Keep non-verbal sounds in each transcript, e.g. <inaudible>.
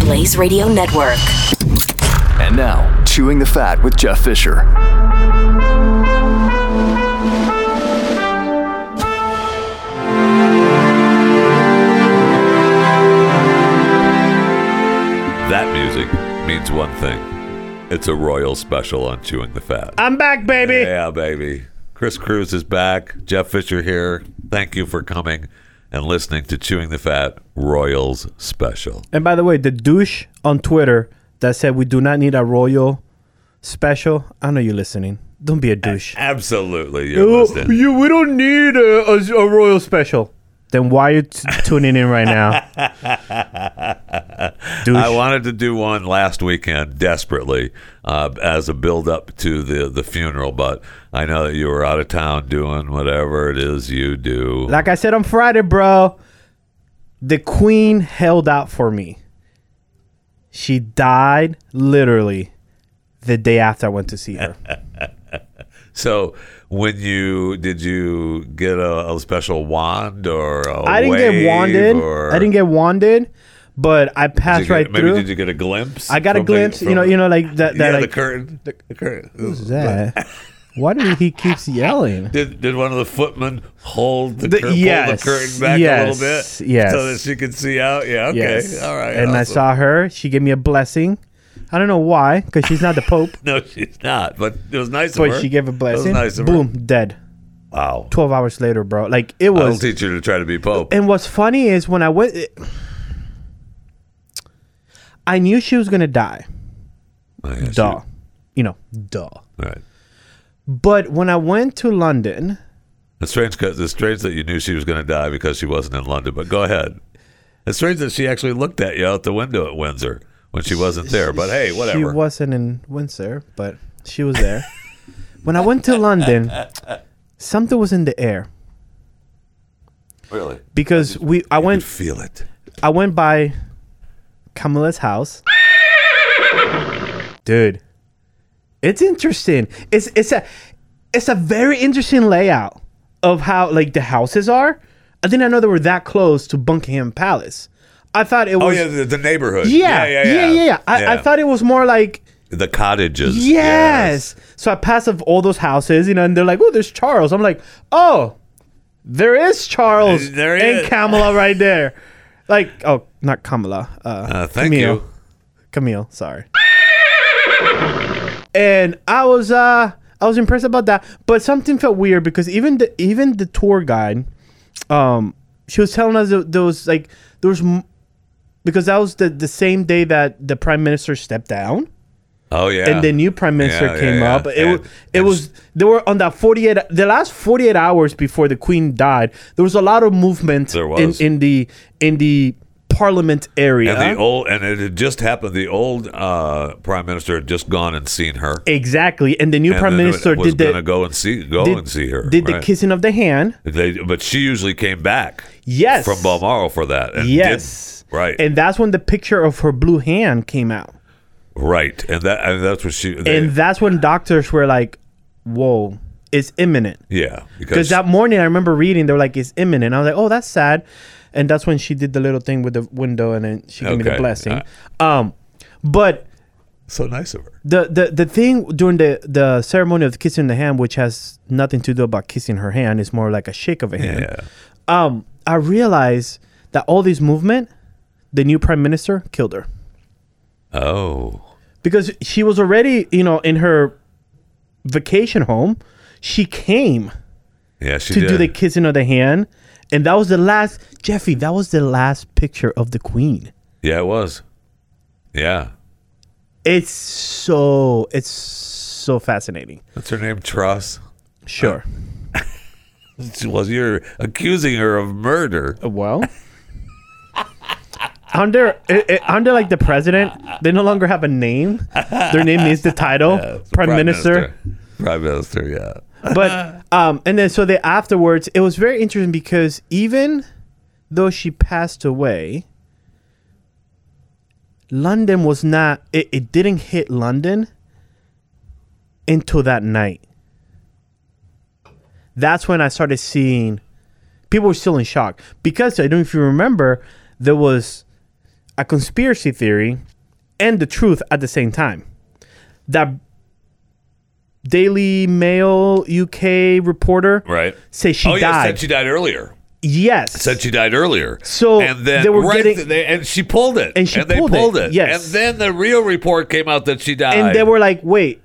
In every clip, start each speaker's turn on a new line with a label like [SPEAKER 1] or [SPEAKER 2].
[SPEAKER 1] Blaze Radio Network.
[SPEAKER 2] And now, Chewing the Fat with Jeff Fisher.
[SPEAKER 3] That music means one thing. It's a royal special on Chewing the Fat.
[SPEAKER 4] I'm back, baby.
[SPEAKER 3] Yeah, baby. Chris Cruz is back. Jeff Fisher here. Thank you for coming and listening to Chewing the Fat Royals Special.
[SPEAKER 4] And by the way, the douche on Twitter that said we do not need a royal special. I know you're listening. Don't be a douche.
[SPEAKER 3] Absolutely. You're listening.
[SPEAKER 4] you, we don't need a, a, a royal special. Then why are you t- tuning in
[SPEAKER 3] <laughs>
[SPEAKER 4] right now? douche.
[SPEAKER 3] I wanted to do one last weekend desperately uh, as a build up to the, the funeral, but I know that you were out of town doing whatever it is you do.
[SPEAKER 4] like I said on Friday, bro, the queen held out for me. She died literally the day after I went to see her.
[SPEAKER 3] So when you did you get a, a special wand or a
[SPEAKER 4] I didn't
[SPEAKER 3] wave
[SPEAKER 4] get wanded.
[SPEAKER 3] Or
[SPEAKER 4] I didn't get wanded, but I
[SPEAKER 3] Did
[SPEAKER 4] passed
[SPEAKER 3] you get-
[SPEAKER 4] right
[SPEAKER 3] maybe
[SPEAKER 4] through.
[SPEAKER 3] did you get a glimpse?
[SPEAKER 4] I got a
[SPEAKER 3] from the-
[SPEAKER 4] glimpse, you
[SPEAKER 3] from-
[SPEAKER 4] know, you
[SPEAKER 3] <laughs>
[SPEAKER 4] know, like that. that
[SPEAKER 3] yeah, the
[SPEAKER 4] like,
[SPEAKER 3] curtain. The, curtain. <laughs>
[SPEAKER 4] Who's that? Why do he keeps yelling?
[SPEAKER 3] Did, did one of the footmen hold the,
[SPEAKER 4] The-
[SPEAKER 3] cur- pull
[SPEAKER 4] yes,
[SPEAKER 3] the curtain back a
[SPEAKER 4] yes,
[SPEAKER 3] little bit
[SPEAKER 4] yes.
[SPEAKER 3] so that she could see out? Yeah, <laughs> okay.
[SPEAKER 4] Yes.
[SPEAKER 3] All right.
[SPEAKER 4] And I
[SPEAKER 3] awesome.
[SPEAKER 4] saw her. She gave me a blessing. I don't know why, because she's not
[SPEAKER 3] <laughs>
[SPEAKER 4] the Pope,
[SPEAKER 3] No, she's not, but it was nice of
[SPEAKER 4] but
[SPEAKER 3] her.
[SPEAKER 4] she gave a
[SPEAKER 3] It was
[SPEAKER 4] blessing.
[SPEAKER 3] nice of her.
[SPEAKER 4] Boom, dead.
[SPEAKER 3] Wow.
[SPEAKER 4] 12 hours later, bro. Like, it
[SPEAKER 3] I'll
[SPEAKER 4] was.
[SPEAKER 3] teach you to try to be Pope.
[SPEAKER 4] And what's funny is when I went, it- I knew she was going to die.
[SPEAKER 3] Oh, yeah, she-
[SPEAKER 4] Duh. You know, duh.
[SPEAKER 3] All right.
[SPEAKER 4] But when I went to London,
[SPEAKER 3] It's strange 'cause- it's strange that you knew she was going to die because she wasn't in London. But go ahead. It's strange that she actually looked at you out the window at Windsor when she wasn't there. But hey,
[SPEAKER 4] She
[SPEAKER 3] whatever.
[SPEAKER 4] wasn't in Windsor, but she was there. <laughs> when I went to London, something was in the air
[SPEAKER 3] really,
[SPEAKER 4] because we I
[SPEAKER 3] you
[SPEAKER 4] went
[SPEAKER 3] feel it.
[SPEAKER 4] I went by Camilla's house. Dude, it's interesting. It's it's a it's a very interesting layout of how like the houses are. I didn't know they were that close to Buckingham Palace. I thought it
[SPEAKER 3] Oh
[SPEAKER 4] was
[SPEAKER 3] yeah, the, the neighborhood.
[SPEAKER 4] yeah, yeah, yeah, yeah, I, I thought it was more like
[SPEAKER 3] the cottages.
[SPEAKER 4] Yes. So I pass of all those houses, you know, and they're like, "Oh, there's Charles." I'm like, "Oh, there is Charles
[SPEAKER 3] There he
[SPEAKER 4] and
[SPEAKER 3] is."
[SPEAKER 4] Kamala
[SPEAKER 3] <laughs>
[SPEAKER 4] right there." Like, oh, not Kamala. Uh,
[SPEAKER 3] Uh, thank
[SPEAKER 4] Camille.
[SPEAKER 3] you.
[SPEAKER 4] Camille, sorry. and I was uh I was impressed about that, but something felt weird because even the even the tour guide, um, she was telling us that there was like there was m- because that was the the same day that the prime minister stepped down
[SPEAKER 3] Oh yeah.
[SPEAKER 4] and the new prime minister
[SPEAKER 3] Yeah, yeah,
[SPEAKER 4] came
[SPEAKER 3] yeah.
[SPEAKER 4] up. It
[SPEAKER 3] And-
[SPEAKER 4] was it
[SPEAKER 3] and
[SPEAKER 4] was they were on that forty eight the last forty eight hours before the queen died. There was a lot of movement
[SPEAKER 3] There
[SPEAKER 4] in
[SPEAKER 3] was.
[SPEAKER 4] in the in the parliament area.
[SPEAKER 3] And the old and it had just happened. The old uh, prime minister had just gone and seen her.
[SPEAKER 4] exactly, and the new
[SPEAKER 3] and
[SPEAKER 4] prime
[SPEAKER 3] then
[SPEAKER 4] minister
[SPEAKER 3] was
[SPEAKER 4] did the
[SPEAKER 3] gonna go and see go
[SPEAKER 4] did,
[SPEAKER 3] and see her.
[SPEAKER 4] did
[SPEAKER 3] right?
[SPEAKER 4] the kissing of the hand.
[SPEAKER 3] They, but she usually came back.
[SPEAKER 4] Yes.
[SPEAKER 3] From Balmoral for that. And
[SPEAKER 4] Yes.
[SPEAKER 3] didn't. Right.
[SPEAKER 4] And that's when the picture of her blue hand came out.
[SPEAKER 3] right. And that and that's what she. They,
[SPEAKER 4] And that's when doctors were like, whoa, it's imminent.
[SPEAKER 3] yeah.
[SPEAKER 4] Because that morning, I remember reading, they were like, "It's imminent." I was like, "Oh, that's sad," and that's when she did the little thing with the window, and then she gave me the
[SPEAKER 3] Okay.
[SPEAKER 4] blessing. um, but
[SPEAKER 3] so nice of her.
[SPEAKER 4] the, the the thing during the the ceremony of kissing the hand, which has nothing to do about kissing her hand, is more like a shake of a hand.
[SPEAKER 3] Yeah.
[SPEAKER 4] Um, I realized that all this movement, the new prime minister killed her
[SPEAKER 3] Oh.
[SPEAKER 4] because she was already, you know, in her vacation home. She came.
[SPEAKER 3] Yeah. She
[SPEAKER 4] to
[SPEAKER 3] did.
[SPEAKER 4] do the kissing of the hand. And that was the last, Jeffy, that was the last picture of the queen.
[SPEAKER 3] yeah. It was. Yeah.
[SPEAKER 4] It's so, it's so fascinating.
[SPEAKER 3] What's her name? Truss.
[SPEAKER 4] Sure.
[SPEAKER 3] Well, you're accusing her of murder.
[SPEAKER 4] well, <laughs> under eh, eh, under like the president, they no longer have a name. Their name is the <laughs> title prime, minister.
[SPEAKER 3] Prime Minister, yeah.
[SPEAKER 4] But um, and then so they afterwards, it was very interesting because even though she passed away, London was not. It, it didn't hit London until that night. That's when I started seeing people were still in shock because I don't know if you remember there was a conspiracy theory and the truth at the same time. That Daily Mail UK reporter
[SPEAKER 3] Right.
[SPEAKER 4] say she
[SPEAKER 3] oh, yeah,
[SPEAKER 4] died.
[SPEAKER 3] said she died earlier.
[SPEAKER 4] yes.
[SPEAKER 3] Said she died earlier.
[SPEAKER 4] So,
[SPEAKER 3] and then
[SPEAKER 4] they were
[SPEAKER 3] right,
[SPEAKER 4] getting-
[SPEAKER 3] th- they, and she pulled it,
[SPEAKER 4] And she
[SPEAKER 3] they
[SPEAKER 4] pulled it,
[SPEAKER 3] pulled it.
[SPEAKER 4] yes.
[SPEAKER 3] and then the real report came out that she died.
[SPEAKER 4] and they were like, "Wait,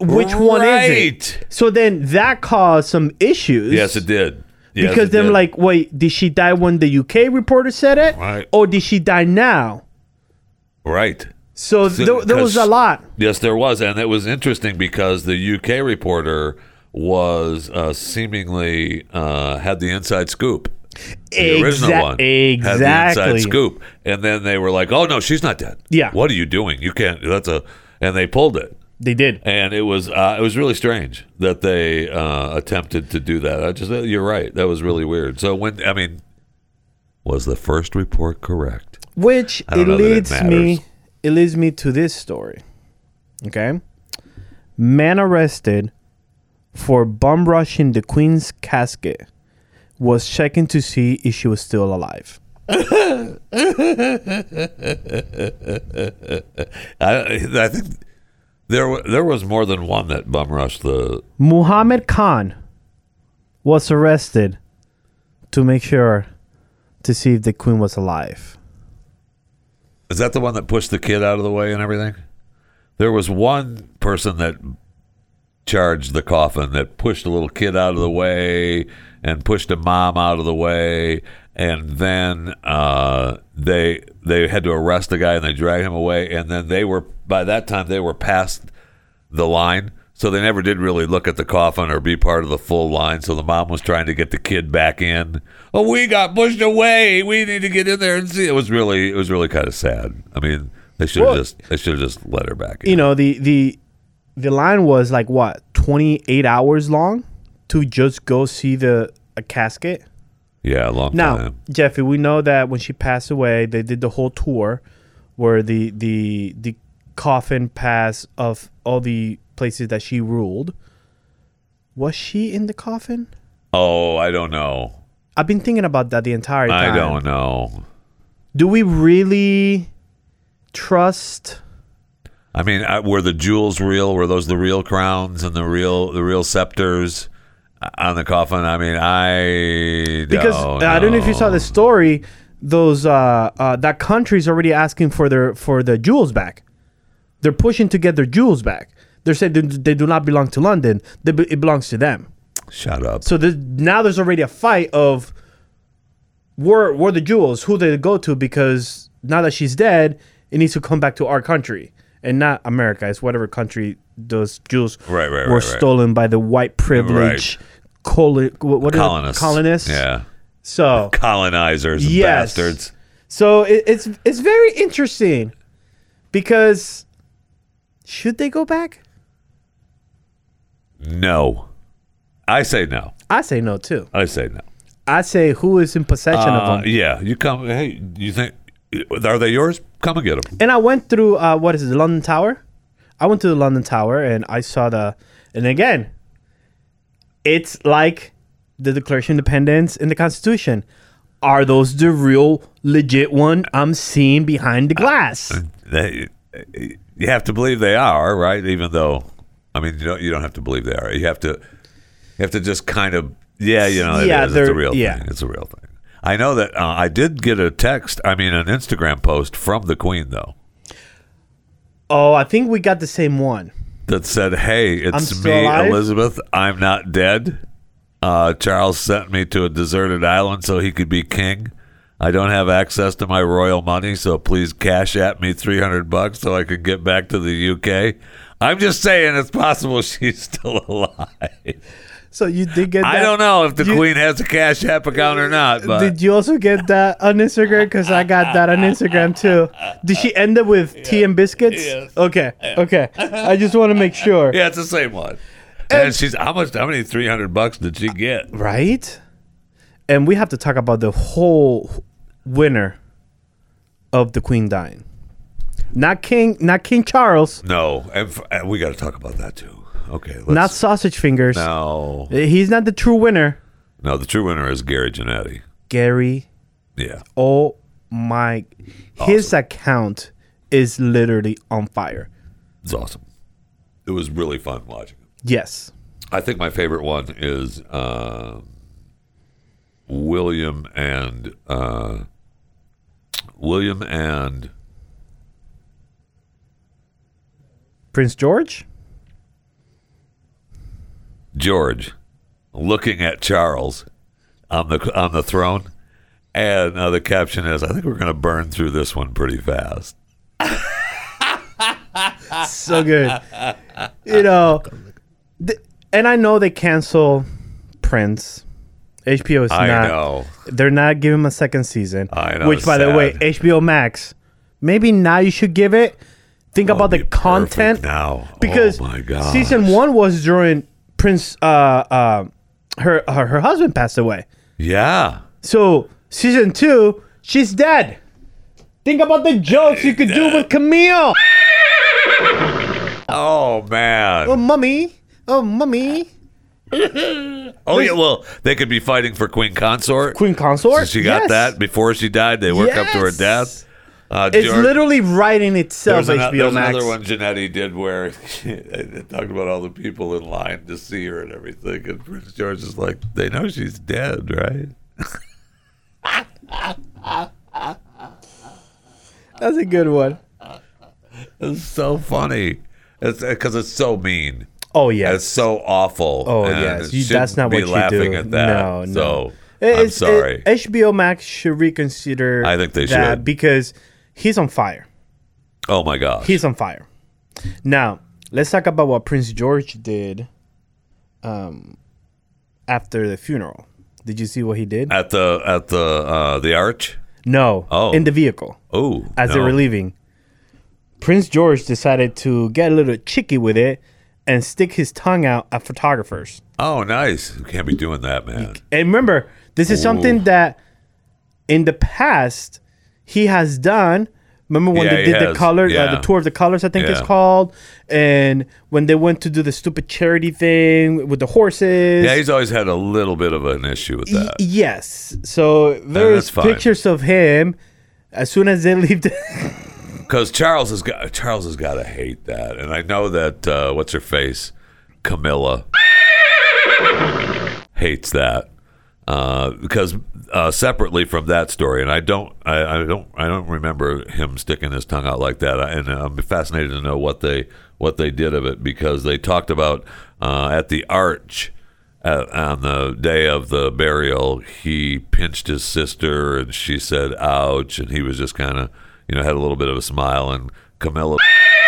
[SPEAKER 4] which one is it?"
[SPEAKER 3] Right.
[SPEAKER 4] So then that caused some issues.
[SPEAKER 3] yes, it did. Yes,
[SPEAKER 4] because
[SPEAKER 3] it
[SPEAKER 4] they're
[SPEAKER 3] did.
[SPEAKER 4] like, "Wait, did she die when the UK reporter said it,
[SPEAKER 3] Right.
[SPEAKER 4] or did she die now?"
[SPEAKER 3] right.
[SPEAKER 4] So,
[SPEAKER 3] So-
[SPEAKER 4] there, there was a
[SPEAKER 3] 'cause-
[SPEAKER 4] lot.
[SPEAKER 3] Yes, there was, and it was interesting because the UK reporter was uh, seemingly uh, had the inside scoop. The original
[SPEAKER 4] Exac-
[SPEAKER 3] one had the
[SPEAKER 4] Exactly.
[SPEAKER 3] inside scoop, and then they were like, "Oh no, she's not dead."
[SPEAKER 4] Yeah.
[SPEAKER 3] what are you doing? You can't. That's a, and they pulled it,
[SPEAKER 4] They did.
[SPEAKER 3] and it was uh, it was really strange that they uh, attempted to do that. I just uh, you're right, that was really weird. So when I mean, was the first report correct?
[SPEAKER 4] Which
[SPEAKER 3] I don't
[SPEAKER 4] it
[SPEAKER 3] know that it
[SPEAKER 4] leads
[SPEAKER 3] matters.
[SPEAKER 4] me it leads me to this story. Okay? Man arrested for bum rushing the queen's casket was checking to see if she was still alive.
[SPEAKER 3] I, I think there wa- there was more than one that bum rushed the
[SPEAKER 4] Muhammad Khan was arrested to make sure to see if the queen was alive.
[SPEAKER 3] Is that the one that pushed the kid out of the way and everything? There was one person that charged the coffin that pushed a little kid out of the way and pushed a mom out of the way, and then uh, they they had to arrest the guy and they dragged him away, and then they were by that time they were past the line. So they never did really look at the coffin or be part of the full line. So the mom was trying to get the kid back in. Oh, we got pushed away. We need to get in there and see. It was really, it was really kind of sad. I mean, they should have
[SPEAKER 4] Well-
[SPEAKER 3] just, they should have just let her back in.
[SPEAKER 4] You know, the the the line was like what, 28 hours long to just go see the a casket?
[SPEAKER 3] yeah, a long
[SPEAKER 4] Now,
[SPEAKER 3] time.
[SPEAKER 4] Jeffy, we know that when she passed away, they did the whole tour where the the the coffin pass of all the places that she ruled. Was she in the coffin?
[SPEAKER 3] Oh, I don't know.
[SPEAKER 4] I've been thinking about that the entire time.
[SPEAKER 3] I don't know.
[SPEAKER 4] Do we really trust?
[SPEAKER 3] I mean, I, were the jewels real? Were those the real crowns and the real, the real scepters on the coffin? I mean, I
[SPEAKER 4] Because uh,
[SPEAKER 3] don't
[SPEAKER 4] I don't know if you saw
[SPEAKER 3] know.
[SPEAKER 4] the story. Those uh, uh, that country's already asking for their for the jewels back. They're pushing to get their jewels back. They're saying they, they do not belong to London. They, be- it belongs to them.
[SPEAKER 3] Shut up.
[SPEAKER 4] So there's, now there's already a fight of where where the jewels, who they go to, because now that she's dead, it needs to come back to our country and not America. It's whatever country those jewels
[SPEAKER 3] Right, right, right,
[SPEAKER 4] were
[SPEAKER 3] right.
[SPEAKER 4] stolen by the white privilege colon what is
[SPEAKER 3] colonists.
[SPEAKER 4] It? colonists.
[SPEAKER 3] Yeah.
[SPEAKER 4] So
[SPEAKER 3] colonizers and
[SPEAKER 4] Yes.
[SPEAKER 3] bastards.
[SPEAKER 4] so it, it's it's very interesting because should they go back?
[SPEAKER 3] No. I say no.
[SPEAKER 4] I say no too.
[SPEAKER 3] I say no.
[SPEAKER 4] I say who is in possession
[SPEAKER 3] Uh,
[SPEAKER 4] of them.
[SPEAKER 3] yeah, you come. Hey, you think are they yours? Come and get them.
[SPEAKER 4] and I went through uh, what is it, the London Tower? I went to the London Tower and I saw the, and again, it's like the Declaration of Independence and the Constitution. Are those the real legit one I'm seeing behind the glass?
[SPEAKER 3] They, you have to believe they are right, even though, I mean, you don't. You don't have to believe they are. You have to. You have to just kind of. Yeah, you know, it is.
[SPEAKER 4] Yeah,
[SPEAKER 3] It's a
[SPEAKER 4] they're-
[SPEAKER 3] real
[SPEAKER 4] yeah.
[SPEAKER 3] thing. It's a real thing. I know that uh, I did get a text. I mean, an Instagram post from the Queen though
[SPEAKER 4] Oh, I think we got the same one.
[SPEAKER 3] that said, "Hey, it's
[SPEAKER 4] still
[SPEAKER 3] me,
[SPEAKER 4] alive?
[SPEAKER 3] Elizabeth. I'm not dead. Uh, Charles sent me to a deserted island so he could be king. I don't have access to my royal money, so please cash at me 300 bucks so I could get <laughs> back to the UK." I'm just saying, it's possible she's still alive.
[SPEAKER 4] So you did get. That.
[SPEAKER 3] I don't know if the
[SPEAKER 4] you-
[SPEAKER 3] queen has a cash app account or not, but
[SPEAKER 4] Did you also get that on Instagram? Because I got that on Instagram too. Did she end up with tea and biscuits?
[SPEAKER 3] Yes.
[SPEAKER 4] Okay. Okay. I just want to make sure.
[SPEAKER 3] yeah, it's the same one. And she's how much? How many three hundred bucks did she get?
[SPEAKER 4] Right? And we have to talk about the whole winner of the Queen dying. Not King, not King Charles,
[SPEAKER 3] No, and, f- and we got to talk about that too. Okay, let's,
[SPEAKER 4] not sausage fingers.
[SPEAKER 3] no,
[SPEAKER 4] He's not the true winner.
[SPEAKER 3] no. The true winner is Gary Janetti.
[SPEAKER 4] Gary,
[SPEAKER 3] Yeah,
[SPEAKER 4] oh my, his account is literally on fire.
[SPEAKER 3] it's awesome. It was really fun watching. it.
[SPEAKER 4] Yes.
[SPEAKER 3] I think my favorite one is um William and uh, William and
[SPEAKER 4] Prince George?
[SPEAKER 3] George looking at Charles on the on the throne, and uh, the caption is, "I think we're going to burn through this one pretty fast."
[SPEAKER 4] so
[SPEAKER 3] <laughs>
[SPEAKER 4] good. You know, th- and I know they cancel Prince. HBO is
[SPEAKER 3] I
[SPEAKER 4] not.
[SPEAKER 3] know.
[SPEAKER 4] They're not giving him a second season.
[SPEAKER 3] I know,
[SPEAKER 4] Which, by the way,
[SPEAKER 3] sad.
[SPEAKER 4] HBO Max. Maybe now you should give it. Think about the
[SPEAKER 3] be perfect
[SPEAKER 4] content
[SPEAKER 3] now. Oh
[SPEAKER 4] Because
[SPEAKER 3] my gosh.
[SPEAKER 4] season one was during Prince. Uh, uh, her, her her husband passed away.
[SPEAKER 3] Yeah.
[SPEAKER 4] So season two, she's dead. Think about the jokes you could do with Camille.
[SPEAKER 3] Oh man.
[SPEAKER 4] Oh, mummy. Oh, mummy.
[SPEAKER 3] Oh yeah, well, they could be fighting for queen consort.
[SPEAKER 4] Queen consort.
[SPEAKER 3] Since she got
[SPEAKER 4] Yes.
[SPEAKER 3] that before she died. They work up to her
[SPEAKER 4] Yes.
[SPEAKER 3] death. Uh,
[SPEAKER 4] It's
[SPEAKER 3] George-
[SPEAKER 4] literally writing itself.
[SPEAKER 3] there's an-
[SPEAKER 4] HBO
[SPEAKER 3] there's
[SPEAKER 4] Max.
[SPEAKER 3] another one Janetti did where <laughs> they talked about all the people in line to see her and everything, and Prince George is like, "They know she's dead, right?"
[SPEAKER 4] That's a good one.
[SPEAKER 3] It's so funny. It's because it's so mean.
[SPEAKER 4] Oh yeah.
[SPEAKER 3] It's so awful.
[SPEAKER 4] oh
[SPEAKER 3] and
[SPEAKER 4] yes.
[SPEAKER 3] it
[SPEAKER 4] You, that's
[SPEAKER 3] shouldn't
[SPEAKER 4] not
[SPEAKER 3] be
[SPEAKER 4] what you
[SPEAKER 3] laughing
[SPEAKER 4] do.
[SPEAKER 3] at that.
[SPEAKER 4] No, no.
[SPEAKER 3] So
[SPEAKER 4] It-
[SPEAKER 3] I'm
[SPEAKER 4] it's-
[SPEAKER 3] sorry.
[SPEAKER 4] it- HBO Max should reconsider.
[SPEAKER 3] I think they
[SPEAKER 4] that
[SPEAKER 3] should.
[SPEAKER 4] because he's on fire.
[SPEAKER 3] oh my gosh.
[SPEAKER 4] He's on fire. Now let's talk about what Prince George did. Um, after the funeral, did you see what he did?
[SPEAKER 3] at the at the uh, the arch.
[SPEAKER 4] no.
[SPEAKER 3] Oh.
[SPEAKER 4] In the vehicle.
[SPEAKER 3] Oh,
[SPEAKER 4] as they
[SPEAKER 3] no.
[SPEAKER 4] were leaving. Prince George decided to get a little cheeky with it and stick his tongue out at photographers.
[SPEAKER 3] Oh, nice. You can't be doing that, man.
[SPEAKER 4] And remember, this is something that in the past he has done. Remember when
[SPEAKER 3] Yeah,
[SPEAKER 4] they
[SPEAKER 3] he
[SPEAKER 4] did the
[SPEAKER 3] has.
[SPEAKER 4] color, uh,
[SPEAKER 3] Yeah.
[SPEAKER 4] the tour of the colors, I think it's
[SPEAKER 3] Yeah.
[SPEAKER 4] called, and when they went to do the stupid charity thing with the horses.
[SPEAKER 3] Yeah, he's always had a little bit of an issue with
[SPEAKER 4] Y-
[SPEAKER 3] that.
[SPEAKER 4] yes. So there's
[SPEAKER 3] fine.
[SPEAKER 4] pictures of him as soon as they <laughs> leave. The-
[SPEAKER 3] Because Charles has got Charles has got to hate that, and I know that uh, what's her face, Camilla, hates that. Uh, because uh, separately from that story, and I don't, I, I don't, I don't remember him sticking his tongue out like that. And I'm fascinated to know what they what they did of it because they talked about uh, at the arch uh, on the day of the burial, he pinched his sister, and she said "ouch," and he was just kind of, you know, had a little bit of a smile, and Camilla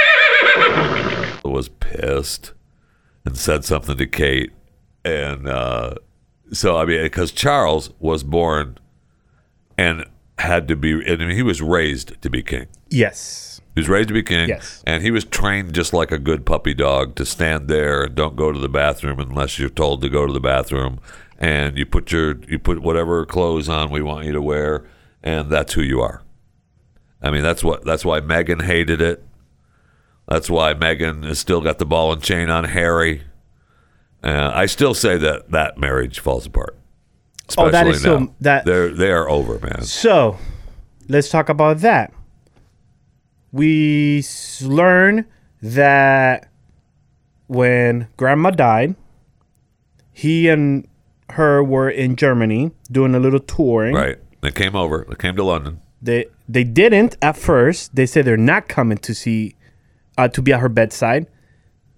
[SPEAKER 3] <laughs> was pissed and said something to Kate, and uh, so I mean, because Charles was born and had to be, and I mean, he was raised to be king.
[SPEAKER 4] yes.
[SPEAKER 3] He was raised to be king.
[SPEAKER 4] Yes.
[SPEAKER 3] And he was trained just like a good puppy dog to stand there and don't go to the bathroom unless you're told to go to the bathroom. And you put your you put whatever clothes on we want you to wear, and that's who you are. I mean that's what that's why Megan hated it. That's why Megan has still got the ball and chain on Harry. Uh, I still say that that marriage falls apart.
[SPEAKER 4] Oh, that
[SPEAKER 3] Especially
[SPEAKER 4] is so-
[SPEAKER 3] now.
[SPEAKER 4] that-
[SPEAKER 3] they're they are over, man.
[SPEAKER 4] So, let's talk about that. We s- learn that when grandma died, he and her were in Germany doing a little touring.
[SPEAKER 3] Right? They came over. They came to London.
[SPEAKER 4] They they didn't at first. They said they're not coming to see uh, to be at her bedside.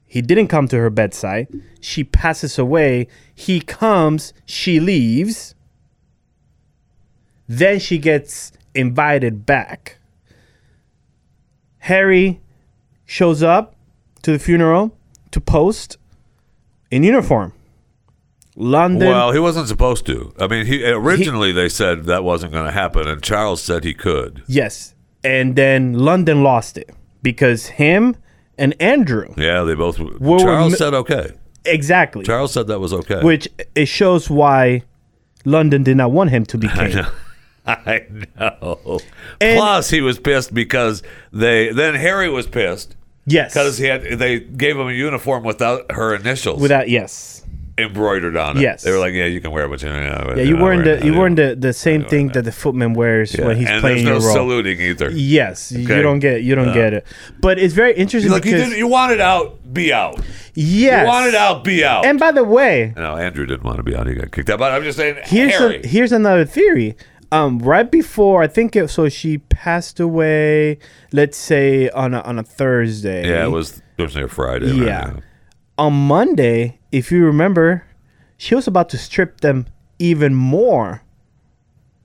[SPEAKER 4] He didn't come to her bedside. She passes away. He comes. She leaves. Then she gets invited back. Harry shows up to the funeral to post in uniform. London.
[SPEAKER 3] Well, he wasn't supposed to. I mean, he originally they said that wasn't going to happen, and Charles said he could.
[SPEAKER 4] yes, and then London lost it because him and Andrew
[SPEAKER 3] Yeah, they both.
[SPEAKER 4] were
[SPEAKER 3] Charles
[SPEAKER 4] mi-
[SPEAKER 3] said okay.
[SPEAKER 4] exactly,
[SPEAKER 3] Charles said that was okay.
[SPEAKER 4] which it shows why London did not want him to be king.
[SPEAKER 3] <laughs> I know.
[SPEAKER 4] And-
[SPEAKER 3] Plus, he was pissed because they then Harry was pissed
[SPEAKER 4] Yes,
[SPEAKER 3] because he had they gave him a uniform without her initials
[SPEAKER 4] without yes,
[SPEAKER 3] embroidered on it.
[SPEAKER 4] Yes.
[SPEAKER 3] they were like, yeah, you can wear what you. Yeah,
[SPEAKER 4] yeah, you wearing the you wearing the, the same thing that the footman wears when he's
[SPEAKER 3] and
[SPEAKER 4] playing
[SPEAKER 3] there's
[SPEAKER 4] your
[SPEAKER 3] no
[SPEAKER 4] role.
[SPEAKER 3] saluting either.
[SPEAKER 4] Yes,
[SPEAKER 3] Okay.
[SPEAKER 4] you don't get you don't get it, but it's very interesting
[SPEAKER 3] Like you
[SPEAKER 4] because
[SPEAKER 3] didn't, you wanted out, be out.
[SPEAKER 4] yes,
[SPEAKER 3] You wanted out, be out.
[SPEAKER 4] And by the way,
[SPEAKER 3] No, Andrew didn't want to be out. He got kicked out. But I'm just saying,
[SPEAKER 4] here's
[SPEAKER 3] Harry.
[SPEAKER 4] a, here's another theory. Um, right before I think it, so she passed away. Let's say on a, on a Thursday.
[SPEAKER 3] yeah, it was Thursday or Friday. right?
[SPEAKER 4] Yeah. on Monday. If you remember, she was about to strip them even more.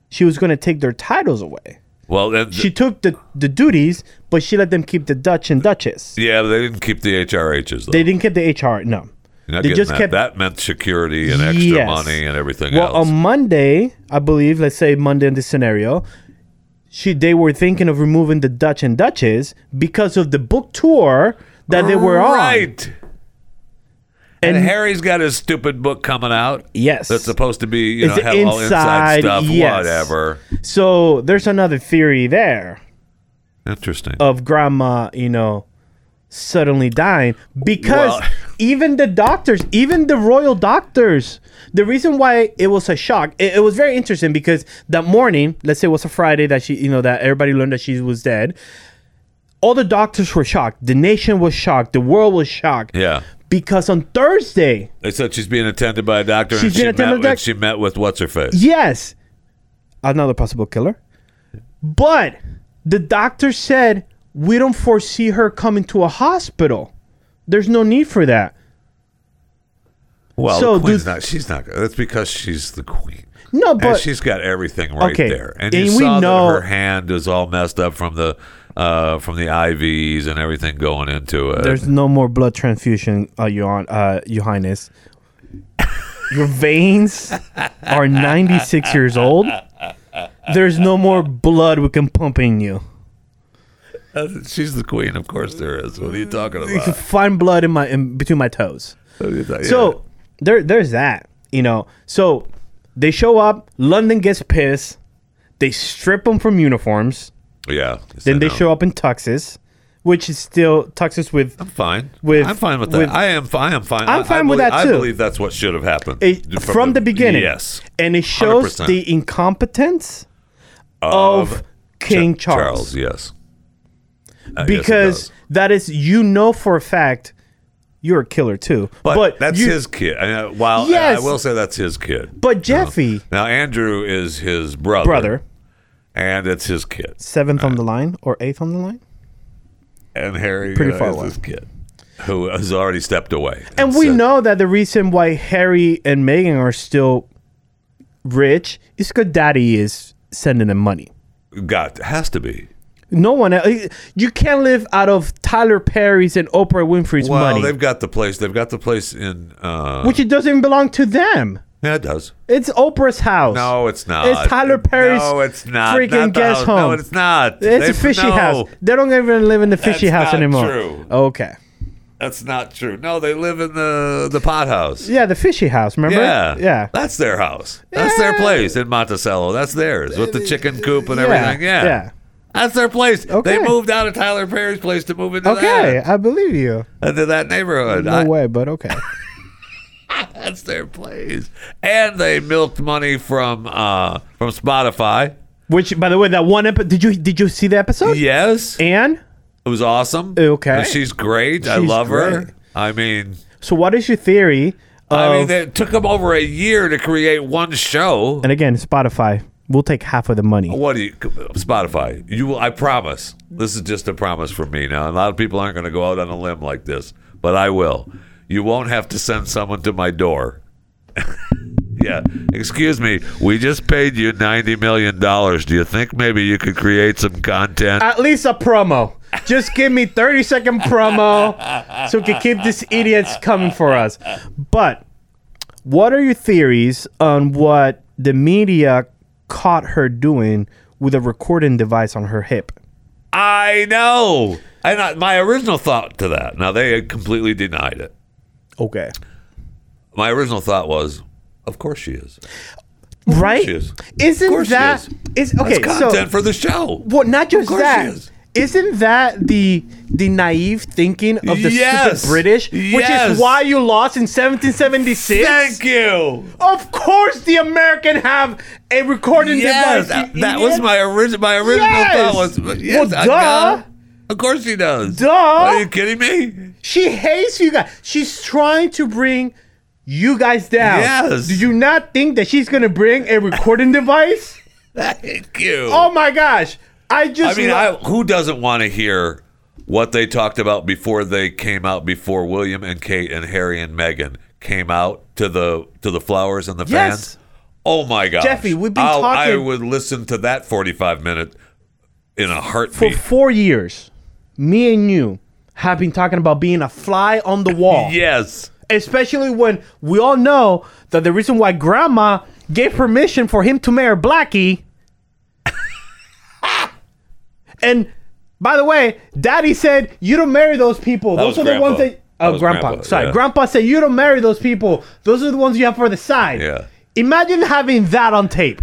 [SPEAKER 4] She was going to take their titles away.
[SPEAKER 3] Well, then,
[SPEAKER 4] She took the the duties, but she let them keep the Dutch and Duchess.
[SPEAKER 3] yeah, but they didn't keep the HRHs though.
[SPEAKER 4] They didn't keep the HR. No,
[SPEAKER 3] You're not
[SPEAKER 4] they
[SPEAKER 3] getting
[SPEAKER 4] just
[SPEAKER 3] that.
[SPEAKER 4] kept-
[SPEAKER 3] that meant security and extra
[SPEAKER 4] Yes.
[SPEAKER 3] money and everything
[SPEAKER 4] Well,
[SPEAKER 3] else.
[SPEAKER 4] on Monday, I believe, let's say Monday in this scenario, she they were thinking of removing the Dutch and Duchess because of the book tour that they were on.
[SPEAKER 3] right. And,
[SPEAKER 4] And-
[SPEAKER 3] Harry's got his stupid book coming out.
[SPEAKER 4] Yes.
[SPEAKER 3] That's supposed to be you know
[SPEAKER 4] It's
[SPEAKER 3] have all inside
[SPEAKER 4] inside,
[SPEAKER 3] stuff,
[SPEAKER 4] yes.
[SPEAKER 3] whatever.
[SPEAKER 4] So there's another theory there
[SPEAKER 3] Interesting.
[SPEAKER 4] of grandma, you know, suddenly dying because
[SPEAKER 3] Well-
[SPEAKER 4] even the doctors, even the royal doctors, the reason why it was a shock, it, it was very interesting because that morning, let's say it was a Friday that she, you know, that everybody learned that she was dead. All the doctors were shocked. The nation was shocked. The world was shocked.
[SPEAKER 3] yeah.
[SPEAKER 4] Because on Thursday,
[SPEAKER 3] They said she's being attended by a doctor
[SPEAKER 4] She's
[SPEAKER 3] and, she
[SPEAKER 4] being
[SPEAKER 3] met,
[SPEAKER 4] attended by a
[SPEAKER 3] and
[SPEAKER 4] doc-
[SPEAKER 3] she met with what's her face.
[SPEAKER 4] yes, another possible killer. But the doctor said, we don't foresee her coming to a hospital. There's no need for that.
[SPEAKER 3] Well,
[SPEAKER 4] So,
[SPEAKER 3] the queen's
[SPEAKER 4] dude-
[SPEAKER 3] not. She's not. That's because she's the queen.
[SPEAKER 4] No,
[SPEAKER 3] and
[SPEAKER 4] but
[SPEAKER 3] she's got everything right
[SPEAKER 4] Okay,
[SPEAKER 3] there. And,
[SPEAKER 4] and
[SPEAKER 3] you
[SPEAKER 4] we
[SPEAKER 3] saw
[SPEAKER 4] know-
[SPEAKER 3] that her hand is all messed up from the uh, from the IVs and everything going into it.
[SPEAKER 4] there's no more blood transfusion, uh, Your Hon- uh,
[SPEAKER 3] <laughs>
[SPEAKER 4] Your Highness. Your veins are 96 years old. There's no more blood we can pump in you.
[SPEAKER 3] <laughs> she's the queen, of course there is. What are you talking
[SPEAKER 4] You can <laughs>
[SPEAKER 3] about?
[SPEAKER 4] find blood in my in between my toes.
[SPEAKER 3] What are you talking-
[SPEAKER 4] So there, there's that. You know. So they show up. London gets pissed. They strip them from uniforms.
[SPEAKER 3] yeah, yeah.
[SPEAKER 4] Then they
[SPEAKER 3] I know.
[SPEAKER 4] show up in tuxes, which is still tuxes with
[SPEAKER 3] I'm fine.
[SPEAKER 4] with-
[SPEAKER 3] I'm fine with that.
[SPEAKER 4] with-
[SPEAKER 3] I am fine. I'm fine.
[SPEAKER 4] I'm
[SPEAKER 3] I- I
[SPEAKER 4] fine with
[SPEAKER 3] believe-
[SPEAKER 4] that, too.
[SPEAKER 3] I believe that's what should have happened
[SPEAKER 4] it, from, the, beginning.
[SPEAKER 3] Yes,
[SPEAKER 4] And it shows
[SPEAKER 3] 100%.
[SPEAKER 4] the incompetence of, King
[SPEAKER 3] Ch-
[SPEAKER 4] Charles.
[SPEAKER 3] yes. Uh, yes, it
[SPEAKER 4] Because
[SPEAKER 3] does.
[SPEAKER 4] that is, you know for a fact, you're a killer too.
[SPEAKER 3] but, that's
[SPEAKER 4] you-
[SPEAKER 3] his kid. I, uh, while
[SPEAKER 4] Yes.
[SPEAKER 3] I will say that's his kid.
[SPEAKER 4] But Jeffy,
[SPEAKER 3] Now Andrew is his brother.
[SPEAKER 4] brother,
[SPEAKER 3] and it's his kid.
[SPEAKER 4] seventh on the line or eighth on the line.
[SPEAKER 3] And Harry
[SPEAKER 4] Pretty
[SPEAKER 3] you know,
[SPEAKER 4] far
[SPEAKER 3] is
[SPEAKER 4] away.
[SPEAKER 3] his kid, who has already stepped away.
[SPEAKER 4] And we
[SPEAKER 3] said-
[SPEAKER 4] know that the reason why Harry and Meghan are still rich is because daddy is sending them money.
[SPEAKER 3] God has to be.
[SPEAKER 4] No one else. You can't live out of Tyler Perry's and Oprah Winfrey's
[SPEAKER 3] Well,
[SPEAKER 4] money,
[SPEAKER 3] they've got the place. They've got the place in. Uh,
[SPEAKER 4] which it doesn't even belong to them.
[SPEAKER 3] yeah, it does.
[SPEAKER 4] It's Oprah's house.
[SPEAKER 3] No, it's not.
[SPEAKER 4] It's Tyler Perry's.
[SPEAKER 3] No, it's not.
[SPEAKER 4] Freaking
[SPEAKER 3] Not the
[SPEAKER 4] guest
[SPEAKER 3] house.
[SPEAKER 4] home.
[SPEAKER 3] No, it's not.
[SPEAKER 4] It's
[SPEAKER 3] They-
[SPEAKER 4] a fishy
[SPEAKER 3] no.
[SPEAKER 4] house. They don't even live in the fishy
[SPEAKER 3] That's
[SPEAKER 4] house
[SPEAKER 3] not
[SPEAKER 4] anymore.
[SPEAKER 3] true.
[SPEAKER 4] Okay.
[SPEAKER 3] That's not true. No, they live in the the pot house.
[SPEAKER 4] Yeah, the fishy house. Remember?
[SPEAKER 3] Yeah,
[SPEAKER 4] Yeah.
[SPEAKER 3] That's their house. That's their place in Monticello. That's theirs with the chicken coop and everything. Yeah,
[SPEAKER 4] Yeah.
[SPEAKER 3] That's their place.
[SPEAKER 4] Okay.
[SPEAKER 3] They moved out of Tyler Perry's place to move into
[SPEAKER 4] Okay,
[SPEAKER 3] that
[SPEAKER 4] I believe you.
[SPEAKER 3] into that neighborhood.
[SPEAKER 4] No
[SPEAKER 3] I-
[SPEAKER 4] way,
[SPEAKER 3] <laughs>
[SPEAKER 4] but okay.
[SPEAKER 3] That's their place. And they milked money from uh from Spotify.
[SPEAKER 4] Which, by the way, that one episode. Did you did you see the episode?
[SPEAKER 3] Yes.
[SPEAKER 4] And
[SPEAKER 3] It was awesome.
[SPEAKER 4] Okay.
[SPEAKER 3] And she's great. I
[SPEAKER 4] She's
[SPEAKER 3] love
[SPEAKER 4] great. Oh.
[SPEAKER 3] her. I mean,
[SPEAKER 4] so, what is your theory? Of,
[SPEAKER 3] I mean, it took them over a year to create one show.
[SPEAKER 4] and again, Spotify. We'll take half of the money.
[SPEAKER 3] What do you, Spotify? You will. I promise. This is just a promise from me. Now, a lot of people aren't going to go out on a limb like this, but I will. You won't have to send someone to my door. <laughs> yeah. Excuse me. We just paid you ninety million dollars. Do you think maybe you could create some content?
[SPEAKER 4] At least a promo. Just give me thirty second promo, so we can keep these idiots coming for us. But What are your theories on what the media caught her doing with a recording device on her hip?
[SPEAKER 3] I know. And I, my original thought to that. Now they completely denied it.
[SPEAKER 4] Okay.
[SPEAKER 3] My original thought was, of course she is.
[SPEAKER 4] Right?
[SPEAKER 3] she is. Of
[SPEAKER 4] Isn't
[SPEAKER 3] course she
[SPEAKER 4] that
[SPEAKER 3] is.
[SPEAKER 4] is okay?
[SPEAKER 3] That's content
[SPEAKER 4] so
[SPEAKER 3] for the show.
[SPEAKER 4] well, not just
[SPEAKER 3] Of course
[SPEAKER 4] that.
[SPEAKER 3] she is.
[SPEAKER 4] Isn't that the the naive thinking of the
[SPEAKER 3] Yes.
[SPEAKER 4] stupid British, which
[SPEAKER 3] Yes.
[SPEAKER 4] is why you lost in 1776?
[SPEAKER 3] Thank you.
[SPEAKER 4] Of course, the American have a recording
[SPEAKER 3] Yes,
[SPEAKER 4] device.
[SPEAKER 3] that,
[SPEAKER 4] you
[SPEAKER 3] that was
[SPEAKER 4] idiot.
[SPEAKER 3] my original. My original
[SPEAKER 4] Yes.
[SPEAKER 3] thought was, yes,
[SPEAKER 4] Well,
[SPEAKER 3] I
[SPEAKER 4] duh.
[SPEAKER 3] know. Of course she does.
[SPEAKER 4] Duh.
[SPEAKER 3] Are you kidding me?
[SPEAKER 4] She hates you guys. She's trying to bring you guys down.
[SPEAKER 3] Yes.
[SPEAKER 4] Do you not think that she's gonna bring a recording device?
[SPEAKER 3] Thank you.
[SPEAKER 4] Oh my gosh! I
[SPEAKER 3] I
[SPEAKER 4] just
[SPEAKER 3] mean,
[SPEAKER 4] lo-
[SPEAKER 3] I, who doesn't want to hear what they talked about before they came out? Before William and Kate and Harry and Meghan came out to the to the flowers and the
[SPEAKER 4] Yes.
[SPEAKER 3] fans. Oh my gosh,
[SPEAKER 4] Jeffy, we've been
[SPEAKER 3] I'll- I
[SPEAKER 4] talking-
[SPEAKER 3] would listen to that forty-five minute in a
[SPEAKER 4] for
[SPEAKER 3] heartbeat.
[SPEAKER 4] four years, me and you have been talking about being a fly on the wall.
[SPEAKER 3] yes,
[SPEAKER 4] Especially when we all know that the reason why grandma gave permission for him to marry Blackie. <laughs> and by the way, daddy said, You don't marry those people.
[SPEAKER 3] That
[SPEAKER 4] those are
[SPEAKER 3] was
[SPEAKER 4] the ones
[SPEAKER 3] grandpa.
[SPEAKER 4] that.
[SPEAKER 3] That
[SPEAKER 4] Oh,
[SPEAKER 3] was
[SPEAKER 4] grandpa.
[SPEAKER 3] grandpa,
[SPEAKER 4] Sorry.
[SPEAKER 3] yeah.
[SPEAKER 4] Grandpa said, You don't marry those people. Those are the ones you have for the side.
[SPEAKER 3] yeah.
[SPEAKER 4] Imagine having that on tape.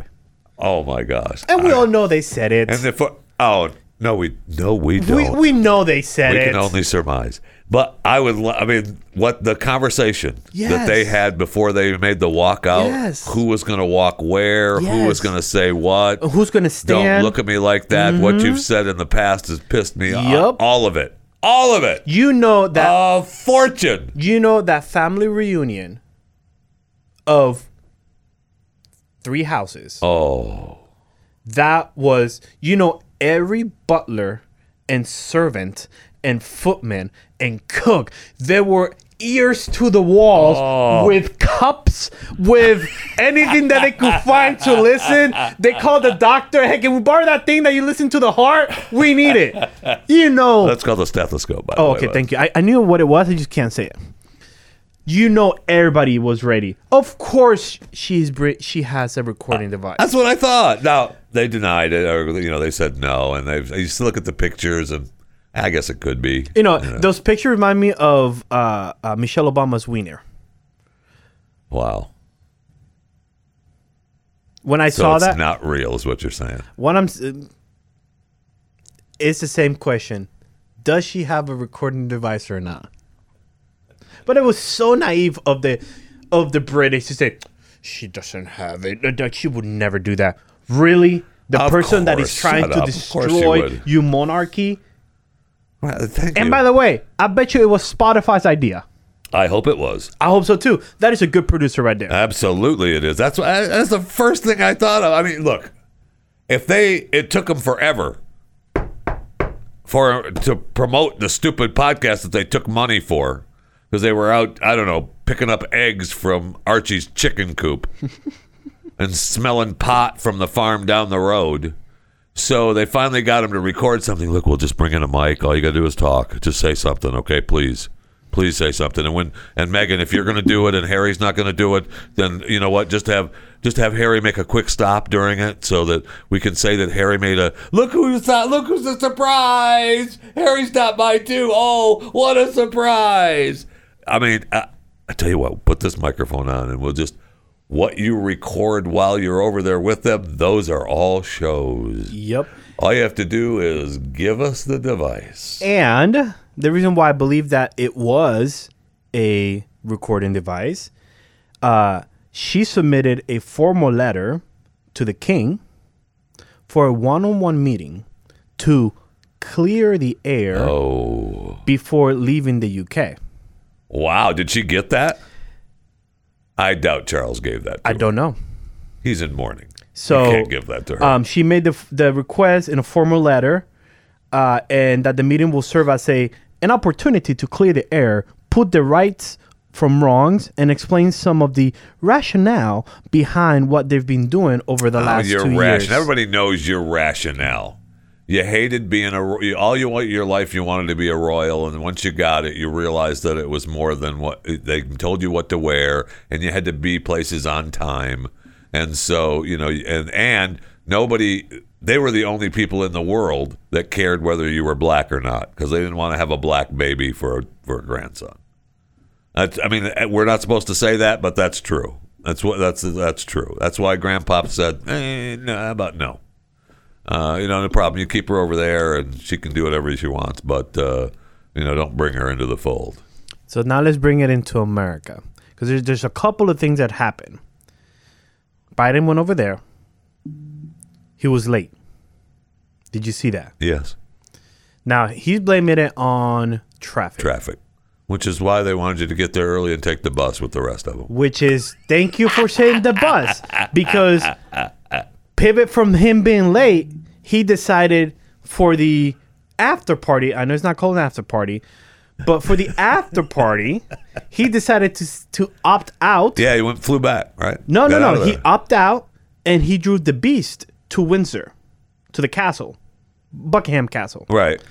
[SPEAKER 3] Oh my gosh,
[SPEAKER 4] And we
[SPEAKER 3] I-
[SPEAKER 4] all know they said it.
[SPEAKER 3] and the fo- oh no, we no we don't.
[SPEAKER 4] we, we know they said
[SPEAKER 3] We
[SPEAKER 4] it.
[SPEAKER 3] can only surmise. But I would, lo- I mean, what the conversation that they
[SPEAKER 4] Yes.
[SPEAKER 3] had before they made the walk out
[SPEAKER 4] Yes.
[SPEAKER 3] who was going to walk where, who was
[SPEAKER 4] Yes.
[SPEAKER 3] going to say what.
[SPEAKER 4] Who's gonna
[SPEAKER 3] Don't
[SPEAKER 4] stand? Mm-hmm.
[SPEAKER 3] look at me like that. What you've said in the past has pissed me off.
[SPEAKER 4] Yup.
[SPEAKER 3] All of it. All of it.
[SPEAKER 4] you know that
[SPEAKER 3] A fortune.
[SPEAKER 4] you know that family reunion of three houses.
[SPEAKER 3] Oh,
[SPEAKER 4] That was you know every butler and servant and footman and cook. They were ears to the walls with cups with anything that they could find to listen they called the doctor hey can we borrow that thing that you listen to the heart we need it you know
[SPEAKER 3] that's called a stethoscope. By
[SPEAKER 4] Oh, okay. Thank you. I, I knew what it was. I just can't say it. You know, everybody was ready. Of course, she's Brit. She has a recording device.
[SPEAKER 3] That's what I thought. Now they denied it, or you know, they said no, and they've. You just look at the pictures, and I guess it could be.
[SPEAKER 4] you know, those pictures remind me of uh, uh, Michelle Obama's wiener.
[SPEAKER 3] Wow.
[SPEAKER 4] When I
[SPEAKER 3] So
[SPEAKER 4] saw
[SPEAKER 3] it's
[SPEAKER 4] that,
[SPEAKER 3] not real, is what you're saying.
[SPEAKER 4] what I'm, s- uh, it's the same question: Does she have a recording device or not? But it was so naive of the, of the British to say she doesn't have it. Like, She would never do that. Really, the
[SPEAKER 3] Of
[SPEAKER 4] person that is
[SPEAKER 3] course,
[SPEAKER 4] trying
[SPEAKER 3] shut
[SPEAKER 4] to
[SPEAKER 3] up. Of course she
[SPEAKER 4] destroy
[SPEAKER 3] would.
[SPEAKER 4] you monarchy.
[SPEAKER 3] Well, thank
[SPEAKER 4] And
[SPEAKER 3] you.
[SPEAKER 4] by the way, I bet you it was Spotify's idea.
[SPEAKER 3] I hope it was.
[SPEAKER 4] I hope so too. That is a good producer right
[SPEAKER 3] Uh,
[SPEAKER 4] there.
[SPEAKER 3] Absolutely, it is. That's what, that's the first thing I thought of. I mean, look, if they it took them forever for to promote the stupid podcast that they took money for because they were out, I don't know, picking up eggs from Archie's chicken
[SPEAKER 4] <laughs>
[SPEAKER 3] coop and smelling pot from the farm down the road. So they finally got him to record something. Look, we'll just bring in a mic. All you got to do is talk. Just say something, okay? Please, please say something. And when and Megan, if you're going to do it, and Harry's not going to do it, then you know what? Just have just have Harry make a quick stop during it, so that we can say that Harry made a look who's not, look who's a surprise. Harry's not by too. Oh, what a surprise! I mean, I, I tell you what, put this microphone on, and we'll just. What you record while you're over there with them, those are all shows.
[SPEAKER 4] Yep.
[SPEAKER 3] All you have to do is give us the device.
[SPEAKER 4] And the reason why I believe that it was a recording device, uh, she submitted a formal letter to the king for a one on one meeting to clear the air
[SPEAKER 3] Oh,
[SPEAKER 4] before leaving the UK.
[SPEAKER 3] wow. Did she get that? I doubt Charles gave that. To
[SPEAKER 4] I
[SPEAKER 3] her.
[SPEAKER 4] don't know.
[SPEAKER 3] He's in mourning.
[SPEAKER 4] So
[SPEAKER 3] you can't give that to her.
[SPEAKER 4] Um, she made the, the request in a formal letter, uh, and that the meeting will serve as a an opportunity to clear the air, put the rights from wrongs, and explain some of the rationale behind what they've been doing over the
[SPEAKER 3] Oh,
[SPEAKER 4] last
[SPEAKER 3] your
[SPEAKER 4] two
[SPEAKER 3] ration.
[SPEAKER 4] years.
[SPEAKER 3] Everybody knows your rationale. You hated being a ro- you- all you want your life. You wanted to be a royal, and once you got it, you realized that it was more than what they told you what to wear, and you had to be places on time. And so you know, and and nobody. They were the only people in the world that cared whether you were black or not because they didn't want to have a black baby for a, for a grandson. That's, I mean, eh, we're not supposed to say that, but that's true. That's what that's that's true. That's why Grandpop said, eh, "No, about no." Uh, you know, no problem. You keep her over there, and she can do whatever she wants, but uh, you know, don't bring her into the fold.
[SPEAKER 4] So now let's bring it into America because there's, there's a couple of things that happened. Biden went over there. He was late. Did you see that?
[SPEAKER 3] Yes,
[SPEAKER 4] Now he's blaming it on traffic,
[SPEAKER 3] traffic, which is why they wanted you to get there early and take the bus with the rest of them.
[SPEAKER 4] which is thank you for saying the bus because pivot from him being late, he decided for the after party. I know it's not called an after party, but for the after party, he decided to s- to opt out.
[SPEAKER 3] Yeah, he went flew back, right?
[SPEAKER 4] No,
[SPEAKER 3] Got
[SPEAKER 4] no,
[SPEAKER 3] out
[SPEAKER 4] no.
[SPEAKER 3] of
[SPEAKER 4] He
[SPEAKER 3] there.
[SPEAKER 4] opted out and he drew the beast to Windsor, to the castle, Buckingham Castle.
[SPEAKER 3] right.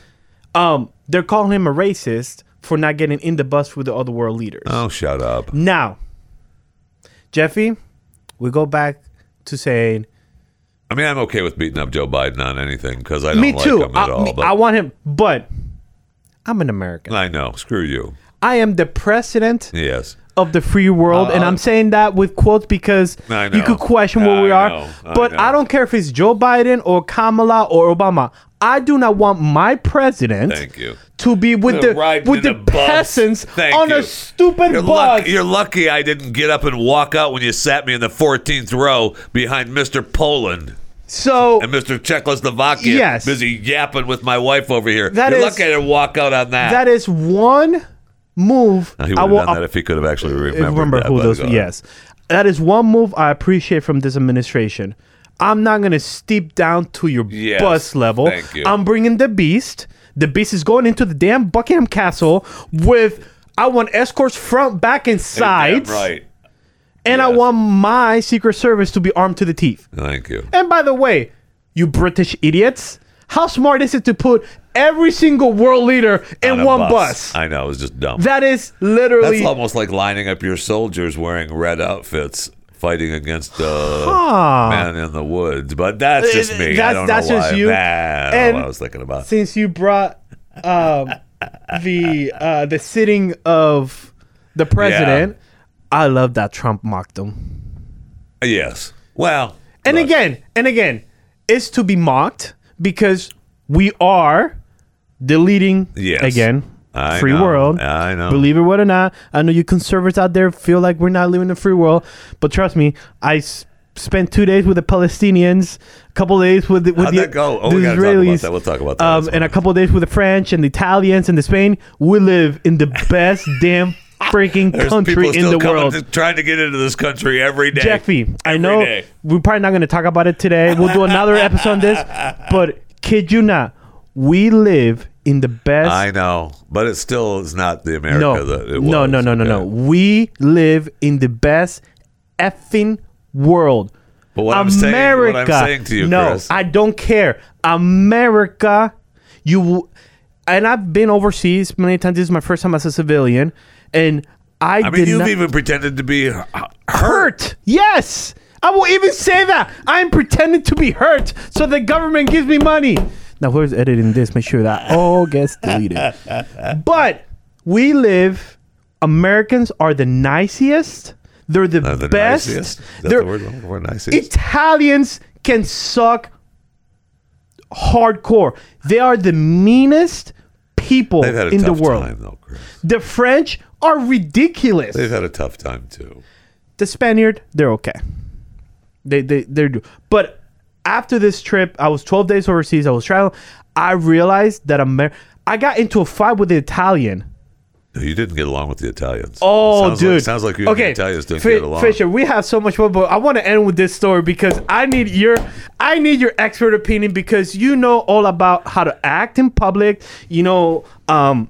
[SPEAKER 4] Um, they're calling him a racist for not getting in the bus with the other world leaders.
[SPEAKER 3] Oh, shut up.
[SPEAKER 4] Now, Jeffy, we go back to saying
[SPEAKER 3] I mean, I'm okay with beating up Joe Biden on anything because I don't
[SPEAKER 4] me
[SPEAKER 3] like
[SPEAKER 4] too.
[SPEAKER 3] him at
[SPEAKER 4] I,
[SPEAKER 3] all.
[SPEAKER 4] me-
[SPEAKER 3] but
[SPEAKER 4] I want him, but I'm an American.
[SPEAKER 3] I know. Screw you.
[SPEAKER 4] I am the president
[SPEAKER 3] Yes.
[SPEAKER 4] of the free world, and I'm saying that with quotes because
[SPEAKER 3] Uh-huh. I
[SPEAKER 4] you
[SPEAKER 3] know.
[SPEAKER 4] could question where we
[SPEAKER 3] I
[SPEAKER 4] are.
[SPEAKER 3] know. I
[SPEAKER 4] but
[SPEAKER 3] know.
[SPEAKER 4] I don't care if it's Joe Biden or Kamala or Obama. I do not want my president
[SPEAKER 3] Thank you.
[SPEAKER 4] to be with
[SPEAKER 3] They're
[SPEAKER 4] the
[SPEAKER 3] riding
[SPEAKER 4] with
[SPEAKER 3] in
[SPEAKER 4] the
[SPEAKER 3] a bus.
[SPEAKER 4] peasants
[SPEAKER 3] Thank
[SPEAKER 4] on
[SPEAKER 3] you.
[SPEAKER 4] a stupid
[SPEAKER 3] you're
[SPEAKER 4] bus.
[SPEAKER 3] Lucky, you're lucky I didn't get up and walk out when you sat me in the 14th row behind Mr. Poland
[SPEAKER 4] so
[SPEAKER 3] and Mr. Czechoslovakia.
[SPEAKER 4] Yes.
[SPEAKER 3] Busy yapping with my wife over here.
[SPEAKER 4] That
[SPEAKER 3] you're
[SPEAKER 4] is-
[SPEAKER 3] lucky I didn't walk out on that.
[SPEAKER 4] that is one move
[SPEAKER 3] Now, he would
[SPEAKER 4] I
[SPEAKER 3] have
[SPEAKER 4] will Uh,
[SPEAKER 3] done that if he could have actually remembered.
[SPEAKER 4] remember
[SPEAKER 3] that,
[SPEAKER 4] who
[SPEAKER 3] but,
[SPEAKER 4] those.
[SPEAKER 3] uh,
[SPEAKER 4] Yes, that is one move I appreciate from this administration. I'm not gonna steep down to your
[SPEAKER 3] Yes,
[SPEAKER 4] bus level.
[SPEAKER 3] thank you.
[SPEAKER 4] I'm bringing the beast. The beast is going into the damn Buckingham Castle with. I want escorts front, back,
[SPEAKER 3] you're
[SPEAKER 4] and
[SPEAKER 3] damn
[SPEAKER 4] sides,
[SPEAKER 3] Right.
[SPEAKER 4] and I
[SPEAKER 3] yes.
[SPEAKER 4] want my Secret Service to be armed to the teeth.
[SPEAKER 3] Thank you.
[SPEAKER 4] And by the way, you British idiots, how smart is it to put every single world leader in
[SPEAKER 3] On a
[SPEAKER 4] one bus?
[SPEAKER 3] I know. It was just dumb.
[SPEAKER 4] that is literally
[SPEAKER 3] That's almost like lining up your soldiers wearing red outfits fighting against uh, man in the woods. But that's just me. I
[SPEAKER 4] Uh, That's-
[SPEAKER 3] don't
[SPEAKER 4] that's
[SPEAKER 3] know
[SPEAKER 4] just
[SPEAKER 3] why.
[SPEAKER 4] you.
[SPEAKER 3] Nah, I don't know
[SPEAKER 4] And-
[SPEAKER 3] what I was thinking about.
[SPEAKER 4] since you brought um, the uh, the sitting of the president. I love that Trump mocked him.
[SPEAKER 3] Uh, Yes. Well.
[SPEAKER 4] And
[SPEAKER 3] look,
[SPEAKER 4] again, and again, it's to be mocked because we are deleting
[SPEAKER 3] Yes.
[SPEAKER 4] again
[SPEAKER 3] I
[SPEAKER 4] free
[SPEAKER 3] know.
[SPEAKER 4] world.
[SPEAKER 3] I know.
[SPEAKER 4] Believe it or not, I know you conservatives out there feel like we're not living in a free world, but trust me, I s- spent two days with the Palestinians, a couple days with the, with
[SPEAKER 3] How'd
[SPEAKER 4] the,
[SPEAKER 3] that go? Oh,
[SPEAKER 4] the
[SPEAKER 3] we gotta talk about
[SPEAKER 4] Israelis,
[SPEAKER 3] that. We'll talk about that.
[SPEAKER 4] Um,
[SPEAKER 3] That's
[SPEAKER 4] and a
[SPEAKER 3] fine.
[SPEAKER 4] couple days with the French and the Italians and the Spain. We live
[SPEAKER 3] <laughs>
[SPEAKER 4] in the best damn freaking
[SPEAKER 3] there's
[SPEAKER 4] country
[SPEAKER 3] people
[SPEAKER 4] in
[SPEAKER 3] still
[SPEAKER 4] the
[SPEAKER 3] coming
[SPEAKER 4] world.
[SPEAKER 3] to- trying to get into this country every day.
[SPEAKER 4] Jeffy, I
[SPEAKER 3] Every
[SPEAKER 4] know
[SPEAKER 3] day.
[SPEAKER 4] we're probably not going to talk about it today. We'll do another episode
[SPEAKER 3] <laughs>
[SPEAKER 4] on this, but kid you not, we live in the best.
[SPEAKER 3] I know, but it still is not the America
[SPEAKER 4] no,
[SPEAKER 3] that it was.
[SPEAKER 4] no, no, no, no, no.
[SPEAKER 3] okay?
[SPEAKER 4] We live in the best effing world.
[SPEAKER 3] But what I'm saying- what I'm
[SPEAKER 4] America.
[SPEAKER 3] saying to you,
[SPEAKER 4] no,
[SPEAKER 3] Chris-
[SPEAKER 4] I don't care. America, you. And I've been overseas many times. This is my first time as a civilian, and I,
[SPEAKER 3] I mean,
[SPEAKER 4] did
[SPEAKER 3] you've
[SPEAKER 4] not
[SPEAKER 3] even pretended to be uh, h- hurt.
[SPEAKER 4] hurt. Yes. I will even say that. I'm pretending to be hurt so the government gives me money. Now, whoever's editing this, make sure that all gets
[SPEAKER 3] <laughs>
[SPEAKER 4] deleted. but we live, Americans are the nicest. They're the,
[SPEAKER 3] They're the
[SPEAKER 4] best.
[SPEAKER 3] nicest. Is that
[SPEAKER 4] They're-
[SPEAKER 3] the word? I'm looking for? Nicest.
[SPEAKER 4] Italians can suck hardcore. They are the meanest people
[SPEAKER 3] They've had a
[SPEAKER 4] in the
[SPEAKER 3] tough
[SPEAKER 4] world.
[SPEAKER 3] time, though, Chris.
[SPEAKER 4] The French are ridiculous
[SPEAKER 3] They've had a tough time too.
[SPEAKER 4] the Spaniard, they're okay. They they they're do- but after this trip, I was 12 days overseas. I was traveling. I realized that Amer- I got into a fight with the Italian.
[SPEAKER 3] No, you didn't get along with the Italians.
[SPEAKER 4] Oh,
[SPEAKER 3] sounds
[SPEAKER 4] dude!
[SPEAKER 3] Like, sounds like you and the Italians didn't
[SPEAKER 4] Fi-
[SPEAKER 3] get along.
[SPEAKER 4] Fisher, we have so much fun, but I want to end with this story because I need your, I need your expert opinion because you know all about how to act in public. You know, um,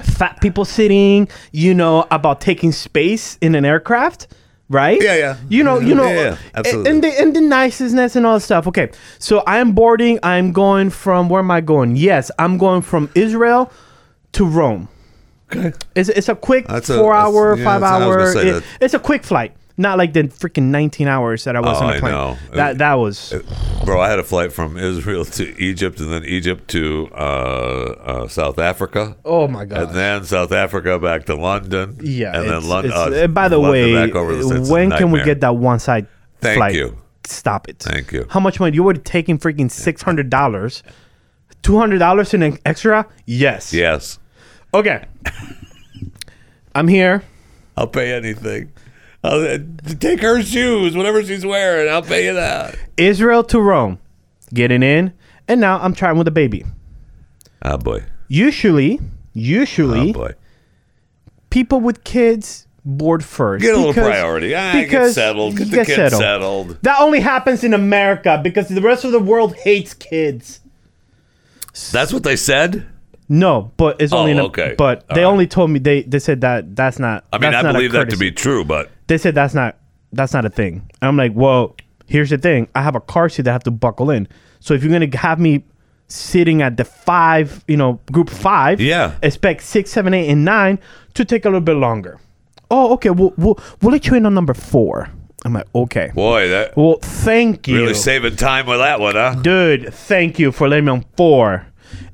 [SPEAKER 4] fat people sitting. You know about taking space in an aircraft. right?
[SPEAKER 3] Yeah, yeah.
[SPEAKER 4] You know, you know,
[SPEAKER 3] Yeah, yeah, absolutely.
[SPEAKER 4] And the and the niceness and all that stuff. Okay, so I'm boarding. I'm going from where am I going? Yes, I'm going from Israel to Rome.
[SPEAKER 3] Okay.
[SPEAKER 4] It's it's a quick
[SPEAKER 3] That's a-
[SPEAKER 4] four
[SPEAKER 3] that's-
[SPEAKER 4] hour,
[SPEAKER 3] yeah,
[SPEAKER 4] five
[SPEAKER 3] that's- I was
[SPEAKER 4] hour.
[SPEAKER 3] gonna say
[SPEAKER 4] it-
[SPEAKER 3] that.
[SPEAKER 4] it's a quick flight, not like the freaking 19 hours that I was
[SPEAKER 3] Oh,
[SPEAKER 4] on
[SPEAKER 3] I
[SPEAKER 4] the plane.
[SPEAKER 3] know.
[SPEAKER 4] That that was
[SPEAKER 3] Bro, I had a flight from Israel to Egypt and then Egypt to uh, uh, South Africa.
[SPEAKER 4] oh my god.
[SPEAKER 3] And then South Africa back to London.
[SPEAKER 4] yeah,
[SPEAKER 3] and
[SPEAKER 4] it's-
[SPEAKER 3] then London.
[SPEAKER 4] it's- uh, by the way, when can we get that one side
[SPEAKER 3] Thank
[SPEAKER 4] flight?
[SPEAKER 3] you.
[SPEAKER 4] Stop it.
[SPEAKER 3] Thank you.
[SPEAKER 4] How much money? You were taking freaking six hundred dollars, two hundred dollars in an extra. Yes.
[SPEAKER 3] Yes,
[SPEAKER 4] Okay. <laughs> I'm here.
[SPEAKER 3] I'll pay anything. I'll, uh, take her shoes, whatever she's wearing. I'll pay you that.
[SPEAKER 4] Israel to Rome, getting in, and now I'm trying with a baby.
[SPEAKER 3] Ah boy,
[SPEAKER 4] Usually, usually
[SPEAKER 3] ah boy.
[SPEAKER 4] people with kids board first.
[SPEAKER 3] Get a little priority. Ah, get settled. Get the kid settled.
[SPEAKER 4] That only happens in America because the rest of the world hates kids.
[SPEAKER 3] That's what they said.
[SPEAKER 4] No, but it's
[SPEAKER 3] Oh,
[SPEAKER 4] only in a,
[SPEAKER 3] okay.
[SPEAKER 4] But
[SPEAKER 3] All
[SPEAKER 4] they
[SPEAKER 3] right.
[SPEAKER 4] only told me they they said that that's not.
[SPEAKER 3] I mean,
[SPEAKER 4] that's
[SPEAKER 3] I
[SPEAKER 4] not a
[SPEAKER 3] believe that to
[SPEAKER 4] courtesy.
[SPEAKER 3] be true, but
[SPEAKER 4] They said that's not that's not a thing. And I'm like, well, here's the thing. I have a car seat that I have to buckle in. So if you're gonna have me sitting at the five, you know, group five,
[SPEAKER 3] Yeah.
[SPEAKER 4] expect six, seven, eight, and nine to take a little bit longer. Oh, okay. We'll we'll, we'll let you in on number four. I'm like, okay.
[SPEAKER 3] boy, that
[SPEAKER 4] Well, thank you.
[SPEAKER 3] really saving time with that one, huh?
[SPEAKER 4] Dude, thank you for letting me on four.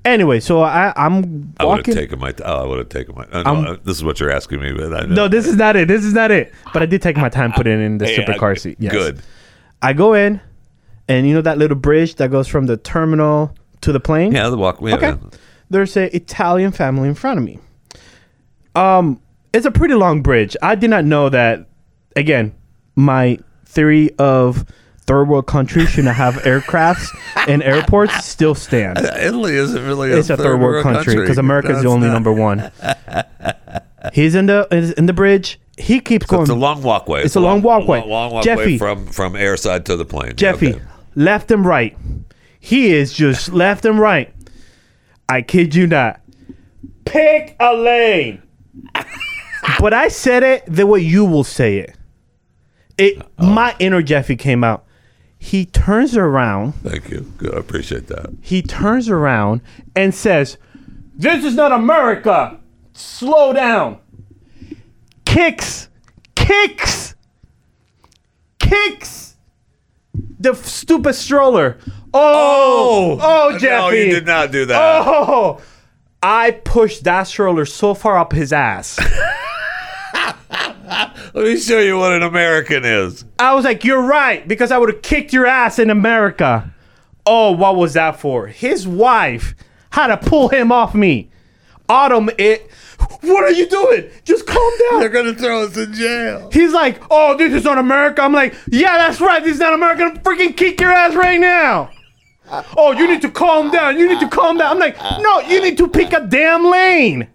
[SPEAKER 4] Anyway, so I I'm
[SPEAKER 3] I would
[SPEAKER 4] walking.
[SPEAKER 3] have taken my. oh, I would have taken my. oh, no,
[SPEAKER 4] I'm-
[SPEAKER 3] uh, this is what you're asking me, but I
[SPEAKER 4] no, this is not it. This is not it. But I did take my time putting in the
[SPEAKER 3] Yeah,
[SPEAKER 4] super
[SPEAKER 3] I-
[SPEAKER 4] car seat. Yes.
[SPEAKER 3] Good.
[SPEAKER 4] I go in, and you know that little bridge that goes from the terminal to the plane.
[SPEAKER 3] Yeah, the walk. Yeah,
[SPEAKER 4] Okay. There's a Italian family in front of me. Um, it's a pretty long bridge. I did not know that. Again, my theory of third world countries should not have
[SPEAKER 3] <laughs>
[SPEAKER 4] aircrafts and airports still stands.
[SPEAKER 3] Italy isn't really.
[SPEAKER 4] it's a third world country because America's the only
[SPEAKER 3] <laughs>
[SPEAKER 4] number one. He's in the is in the bridge. He keeps
[SPEAKER 3] So
[SPEAKER 4] going.
[SPEAKER 3] it's a long walkway.
[SPEAKER 4] It's a long walkway.
[SPEAKER 3] Long, long walkway
[SPEAKER 4] Jeffy.
[SPEAKER 3] from from airside to the plane.
[SPEAKER 4] Jeffy,
[SPEAKER 3] Okay.
[SPEAKER 4] left and right. He is just <laughs> left and right. I kid you not. Pick a lane. but I said it the way you will say it. It my inner Jeffy came out. He turns around
[SPEAKER 3] Thank you. Good. I appreciate that.
[SPEAKER 4] he turns around and says, This is not America. Slow down. Kicks, kicks, kicks the f- stupid stroller. Oh, oh,
[SPEAKER 3] No,
[SPEAKER 4] Jeffy.
[SPEAKER 3] you did not do that.
[SPEAKER 4] Oh, I pushed that stroller so far up his ass.
[SPEAKER 3] Let me show you what an American is.
[SPEAKER 4] I was like, "You're right," because I would have kicked your ass in America. Oh, what was that for? His wife had to pull him off me. Autumn, it. What are you doing? Just calm
[SPEAKER 3] They're
[SPEAKER 4] down.
[SPEAKER 3] gonna throw us in jail.
[SPEAKER 4] He's like, "Oh, this is not America." I'm like, "Yeah, that's right. This is not America. I'm freaking kick your ass right now." Oh, you need to calm down. You need to calm down. I'm like, "No, you need to pick a damn lane.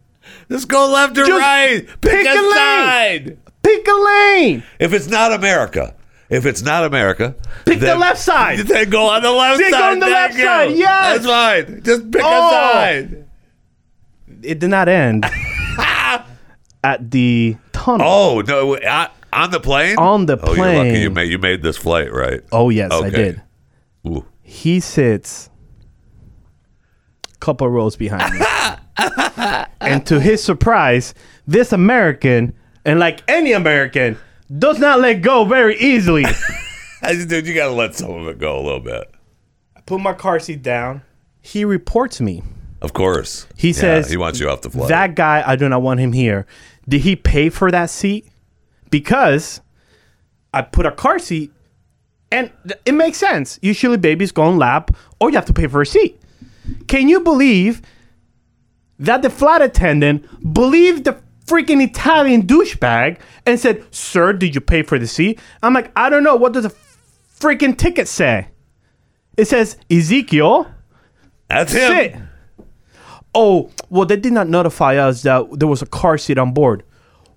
[SPEAKER 3] Just go left or
[SPEAKER 4] Just
[SPEAKER 3] right.
[SPEAKER 4] pick a lane.
[SPEAKER 3] side.
[SPEAKER 4] Pick a lane.
[SPEAKER 3] If it's not America, if it's not America,
[SPEAKER 4] Pick the
[SPEAKER 3] <laughs>
[SPEAKER 4] left side.
[SPEAKER 3] Then go on the left
[SPEAKER 4] Then go
[SPEAKER 3] side.
[SPEAKER 4] on the
[SPEAKER 3] Thank
[SPEAKER 4] left
[SPEAKER 3] you.
[SPEAKER 4] side, yes.
[SPEAKER 3] that's fine. Just pick
[SPEAKER 4] Oh.
[SPEAKER 3] a side.
[SPEAKER 4] It did not <laughs> end at the tunnel.
[SPEAKER 3] Oh no! I, on the plane?
[SPEAKER 4] On the
[SPEAKER 3] Oh, you're lucky. You
[SPEAKER 4] plane.
[SPEAKER 3] made you made this flight, right? <laughs>
[SPEAKER 4] Oh yes, I
[SPEAKER 3] Okay.
[SPEAKER 4] did.
[SPEAKER 3] Ooh.
[SPEAKER 4] He sits couple rows behind
[SPEAKER 3] <laughs>
[SPEAKER 4] me. and to his surprise, this American, and like any American, does not let go very
[SPEAKER 3] <laughs>
[SPEAKER 4] easily.
[SPEAKER 3] I said, dude, you gotta let some of it go a little bit.
[SPEAKER 4] I put my car seat down. He reports me.
[SPEAKER 3] Of course.
[SPEAKER 4] He
[SPEAKER 3] Yeah,
[SPEAKER 4] says
[SPEAKER 3] he wants you off the flight.
[SPEAKER 4] That guy, I do not want him here. Did he pay for that seat? Because I put a car seat, and th- it makes sense. Usually, babies go on lap, or you have to pay for a seat. Can you believe that the flight attendant believed the freaking Italian douchebag and said, "Sir, did you pay for the seat?" I'm like, I don't know. What does a freaking ticket say? It says Ezekiel.
[SPEAKER 3] That's him.
[SPEAKER 4] Shit. Oh, well, they did not notify us that there was a car seat on board.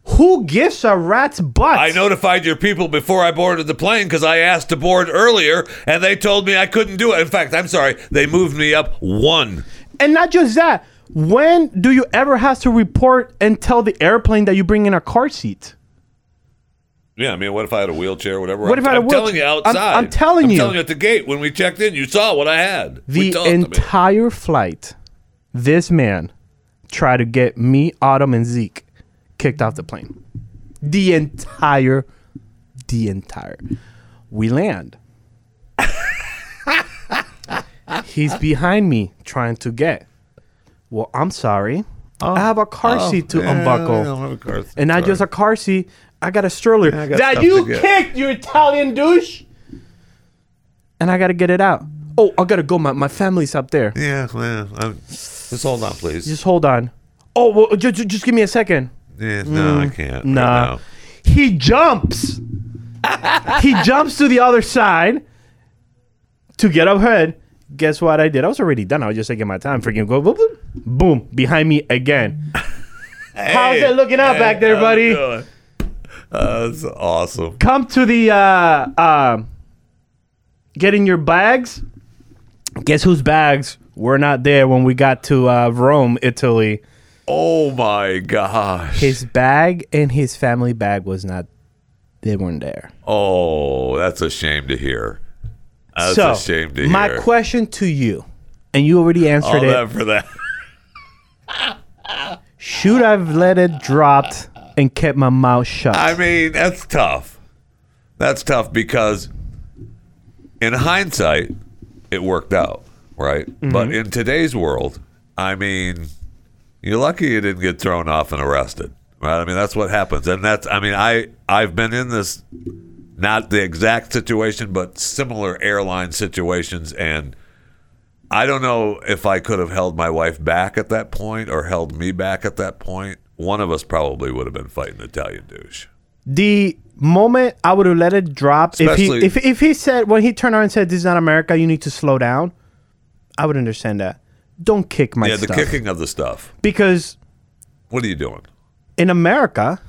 [SPEAKER 4] Who gives a rat's butt?
[SPEAKER 3] I notified your people before I boarded the plane because I asked to board earlier, and they told me I couldn't do it. In fact, I'm sorry, they moved me up one.
[SPEAKER 4] And not just that. When do you ever have to report and tell the airplane that you bring in a car seat?
[SPEAKER 3] Yeah, I mean, what if I had a wheelchair, or whatever?
[SPEAKER 4] What
[SPEAKER 3] I'm,
[SPEAKER 4] if I had a
[SPEAKER 3] I'm telling you
[SPEAKER 4] wheelchair? I'm-
[SPEAKER 3] outside.
[SPEAKER 4] I'm telling you.
[SPEAKER 3] telling you at the gate when we checked in. You saw what I had. We
[SPEAKER 4] The
[SPEAKER 3] talked to me.
[SPEAKER 4] entire flight, this man tried to get me, Autumn, and Zeke kicked off the plane. The entire, the entire.
[SPEAKER 3] <laughs>
[SPEAKER 4] We land. He's behind me trying to get. Well, I'm sorry. I have a car seat to
[SPEAKER 3] Oh. Yeah, I
[SPEAKER 4] unbuckle.
[SPEAKER 3] don't have a car seat.
[SPEAKER 4] And not just a car seat. I got a stroller
[SPEAKER 3] I got
[SPEAKER 4] that
[SPEAKER 3] stuff
[SPEAKER 4] you
[SPEAKER 3] to get.
[SPEAKER 4] kicked, you Italian douche. And I gotta get it out. Oh, I gotta go. My, my family's up there.
[SPEAKER 3] Yeah, well, I'm, just hold on, please.
[SPEAKER 4] Just hold on. Oh, well, just, just give me a second.
[SPEAKER 3] yeah, Eh, no, I can't. right
[SPEAKER 4] Mm, Nah.
[SPEAKER 3] now. <laughs>
[SPEAKER 4] He jumps. he jumps to the other side to get up ahead. Guess what I did? I was already done. I was just taking my time. Freaking go boom, boom, boom behind me again. How's it looking out back there,
[SPEAKER 3] how's it
[SPEAKER 4] buddy?
[SPEAKER 3] doing? Uh, that's awesome.
[SPEAKER 4] Come to the uh, uh, get in your bags. Guess whose bags were not there when we got to uh, Rome, Italy.
[SPEAKER 3] Oh my gosh.
[SPEAKER 4] His bag and his family bag was not. They weren't there.
[SPEAKER 3] oh, that's a shame to hear. That's
[SPEAKER 4] so
[SPEAKER 3] a shame to
[SPEAKER 4] my
[SPEAKER 3] hear.
[SPEAKER 4] question to you, and you already
[SPEAKER 3] All
[SPEAKER 4] answered it.
[SPEAKER 3] that for that.
[SPEAKER 4] Should I've let it dropped and kept my mouth shut?
[SPEAKER 3] I mean, that's tough. That's tough because in hindsight, it worked out, right? But in today's world, I mean, you're lucky you didn't get thrown off and arrested, right? I mean, that's what happens. And that's, I mean, I, I've been in this, not the exact situation, but similar airline situations. And I don't know if I could have held my wife back at that point or held me back at that point. One of us probably would have been fighting Italian douche.
[SPEAKER 4] the moment I would have let it drop, if he
[SPEAKER 3] Especially-
[SPEAKER 4] if, if he said when he turned around and said, "This is not America. You need to slow down," I would understand that. Don't kick my
[SPEAKER 3] Yeah, the
[SPEAKER 4] stuff
[SPEAKER 3] kicking of the stuff.
[SPEAKER 4] because
[SPEAKER 3] What are you doing?
[SPEAKER 4] in America,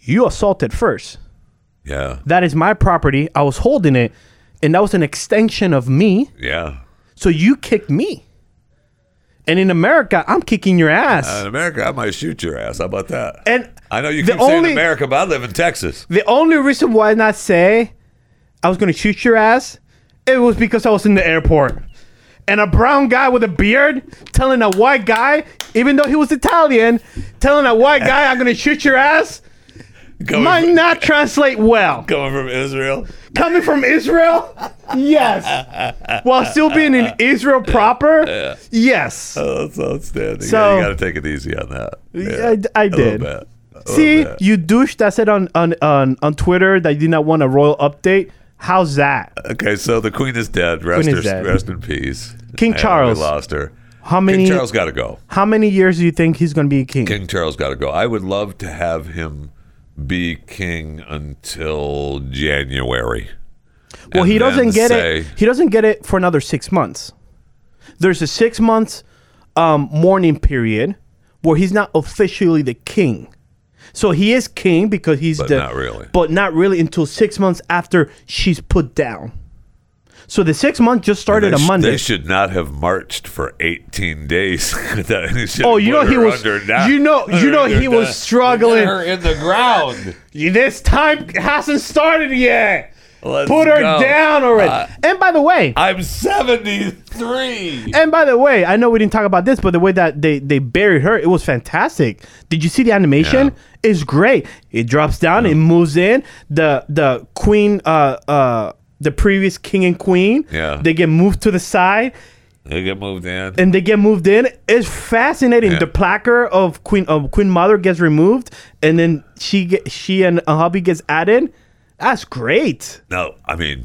[SPEAKER 4] you assaulted first.
[SPEAKER 3] Yeah,
[SPEAKER 4] That is my property. I was holding it, and that was an extension of me.
[SPEAKER 3] yeah.
[SPEAKER 4] So you kicked me. And in America, I'm kicking your ass.
[SPEAKER 3] In America, I might shoot your ass. How about that?
[SPEAKER 4] and
[SPEAKER 3] I know you
[SPEAKER 4] the
[SPEAKER 3] keep saying
[SPEAKER 4] only-
[SPEAKER 3] America, but I live in Texas.
[SPEAKER 4] the only reason why I not say I was gonna shoot your ass, it was because I was in the airport. And a brown guy with a beard telling a white guy, even though he was Italian, telling a white guy I'm gonna shoot your ass
[SPEAKER 3] Coming,
[SPEAKER 4] might
[SPEAKER 3] from,
[SPEAKER 4] not translate well.
[SPEAKER 3] coming from Israel.
[SPEAKER 4] Coming from Israel? Yes. While still being in Israel proper? Yes.
[SPEAKER 3] Oh, that's outstanding.
[SPEAKER 4] So-
[SPEAKER 3] yeah, you got to take it easy on that.
[SPEAKER 4] I d- I
[SPEAKER 3] A little
[SPEAKER 4] did.
[SPEAKER 3] bit. A little
[SPEAKER 4] See,
[SPEAKER 3] bit.
[SPEAKER 4] you douche that said on, on, on, on Twitter that you did not want a royal update. How's that?
[SPEAKER 3] Okay, so the Queen is dead. Rest,
[SPEAKER 4] Queen
[SPEAKER 3] her,
[SPEAKER 4] is dead.
[SPEAKER 3] rest in peace.
[SPEAKER 4] King
[SPEAKER 3] And
[SPEAKER 4] Charles.
[SPEAKER 3] We lost her.
[SPEAKER 4] How
[SPEAKER 3] King
[SPEAKER 4] many
[SPEAKER 3] Charles got to go.
[SPEAKER 4] how many years do you think he's gonna be a king?
[SPEAKER 3] King Charles got to go. I would love to have him be king until January.
[SPEAKER 4] Well, he
[SPEAKER 3] and then
[SPEAKER 4] doesn't get
[SPEAKER 3] say-
[SPEAKER 4] it. He doesn't get it for another six months. There's a six months um, mourning period where he's not officially the king. So he is king because he's
[SPEAKER 3] But
[SPEAKER 4] the
[SPEAKER 3] not really.
[SPEAKER 4] but not really until six months after she's put down. So the six month just started
[SPEAKER 3] they
[SPEAKER 4] on
[SPEAKER 3] sh-
[SPEAKER 4] Monday.
[SPEAKER 3] They should not have marched for 18 days. <laughs> without- they should
[SPEAKER 4] oh,
[SPEAKER 3] have
[SPEAKER 4] you
[SPEAKER 3] put
[SPEAKER 4] know he
[SPEAKER 3] her
[SPEAKER 4] was.
[SPEAKER 3] under na-
[SPEAKER 4] You know, you know
[SPEAKER 3] under
[SPEAKER 4] he was
[SPEAKER 3] na-
[SPEAKER 4] struggling.
[SPEAKER 3] Her in the ground.
[SPEAKER 4] This time hasn't started yet.
[SPEAKER 3] Let's
[SPEAKER 4] Put her
[SPEAKER 3] go.
[SPEAKER 4] down already.
[SPEAKER 3] Uh,
[SPEAKER 4] and by the way,
[SPEAKER 3] I'm 73.
[SPEAKER 4] And by the way, I know we didn't talk about this, but the way that they they buried her, it was fantastic. Did you see the animation? It's great. It drops down, it moves in. The the queen, uh, uh, the previous king and queen,
[SPEAKER 3] Yeah.
[SPEAKER 4] they get moved to the side
[SPEAKER 3] They get moved in.
[SPEAKER 4] and they get moved in. It's fascinating.
[SPEAKER 3] Yeah.
[SPEAKER 4] The placard of queen of queen mother gets removed, and then she get, she and a hubby gets added. That's great.
[SPEAKER 3] No, I mean,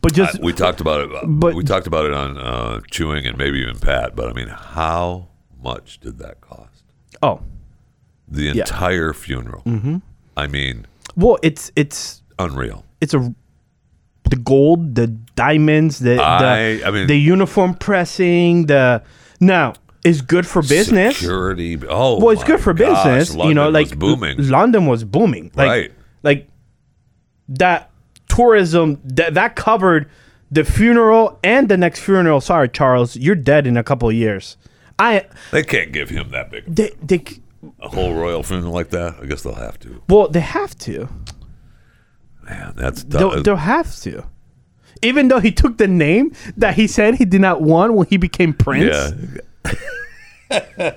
[SPEAKER 4] But just
[SPEAKER 3] I- we talked about it. uh,
[SPEAKER 4] but-
[SPEAKER 3] we talked about it on uh, chewing and maybe even Pat. But I mean, how much did that cost?
[SPEAKER 4] oh
[SPEAKER 3] The entire funeral.
[SPEAKER 4] Mm-hmm.
[SPEAKER 3] I mean,
[SPEAKER 4] well, it's it's
[SPEAKER 3] unreal.
[SPEAKER 4] it's a the gold, the diamonds, the
[SPEAKER 3] I-
[SPEAKER 4] the,
[SPEAKER 3] I mean-
[SPEAKER 4] the uniform pressing, the now it's good for business.
[SPEAKER 3] Security. Oh,
[SPEAKER 4] Well, it's
[SPEAKER 3] my
[SPEAKER 4] good for
[SPEAKER 3] gosh,
[SPEAKER 4] business. you know,
[SPEAKER 3] London
[SPEAKER 4] like
[SPEAKER 3] was booming.
[SPEAKER 4] L- London was booming. Like,
[SPEAKER 3] Right.
[SPEAKER 4] Like that tourism that that covered the funeral and the next funeral. Sorry, Charles, you're dead in a couple of years. I
[SPEAKER 3] They can't give him that big
[SPEAKER 4] they they
[SPEAKER 3] a whole royal funeral like that. I guess they'll have to.
[SPEAKER 4] well they have to.
[SPEAKER 3] Man, that's
[SPEAKER 4] They'll,
[SPEAKER 3] tough.
[SPEAKER 4] they'll have to. Even though he took the name that he said he did not want when he became Prince,
[SPEAKER 3] yeah.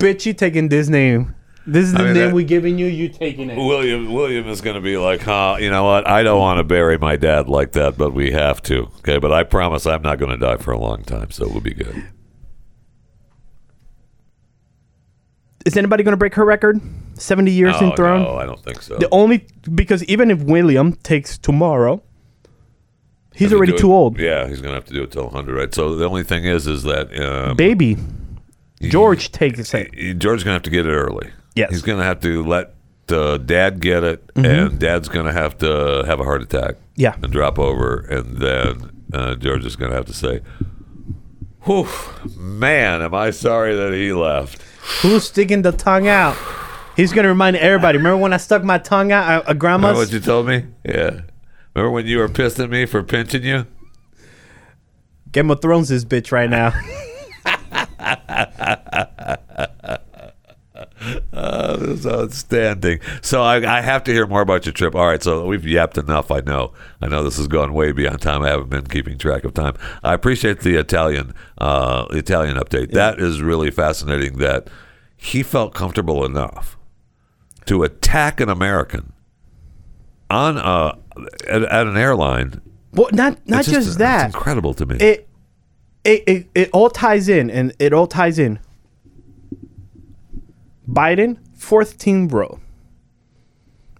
[SPEAKER 4] bitch, you taking this name. This is the
[SPEAKER 3] mean,
[SPEAKER 4] name
[SPEAKER 3] that-
[SPEAKER 4] we giving you. You taking it.
[SPEAKER 3] William William is going to be like, huh? You know what? I don't want to bury my dad like that, but we have to. Okay, but I promise I'm not going to die for a long time, so we'll be good.
[SPEAKER 4] Is anybody gonna break her record? Seventy years
[SPEAKER 3] Oh,
[SPEAKER 4] enthroned.
[SPEAKER 3] no, I don't think so.
[SPEAKER 4] The only because even if William takes tomorrow, he's
[SPEAKER 3] If you
[SPEAKER 4] already
[SPEAKER 3] do
[SPEAKER 4] too
[SPEAKER 3] it-
[SPEAKER 4] old.
[SPEAKER 3] Yeah, he's going to have to do it till 100, right? So the only thing is, is that um,
[SPEAKER 4] Baby, George takes it.
[SPEAKER 3] George's going to have to get it early.
[SPEAKER 4] Yes. Mm-hmm.
[SPEAKER 3] He's going to have to let uh, dad get it, and dad's going to have to have a heart attack.
[SPEAKER 4] Yeah.
[SPEAKER 3] And drop over, and then uh, George is going to have to say, Whew, man, am I sorry that he left.
[SPEAKER 4] Who's sticking the tongue out? He's gonna remind everybody. Remember when I stuck my tongue out at- at
[SPEAKER 3] Remember
[SPEAKER 4] grandma's?
[SPEAKER 3] what you told me? Yeah. Remember when you were pissed at me for pinching you?
[SPEAKER 4] Game of Thrones this bitch right
[SPEAKER 3] <laughs>
[SPEAKER 4] now.
[SPEAKER 3] Uh, this is outstanding. So I, I have to hear more about your trip. All right, so we've yapped enough. I know. I know this has gone way beyond time. I haven't been keeping track of time. I appreciate the Italian uh, Italian update. That is really fascinating. That he felt comfortable enough to attack an American on a, at, at an airline.
[SPEAKER 4] well, not not
[SPEAKER 3] It's
[SPEAKER 4] just,
[SPEAKER 3] it's
[SPEAKER 4] that.
[SPEAKER 3] incredible to me.
[SPEAKER 4] it, it it it all ties in, and it all ties in. Biden fourth team row.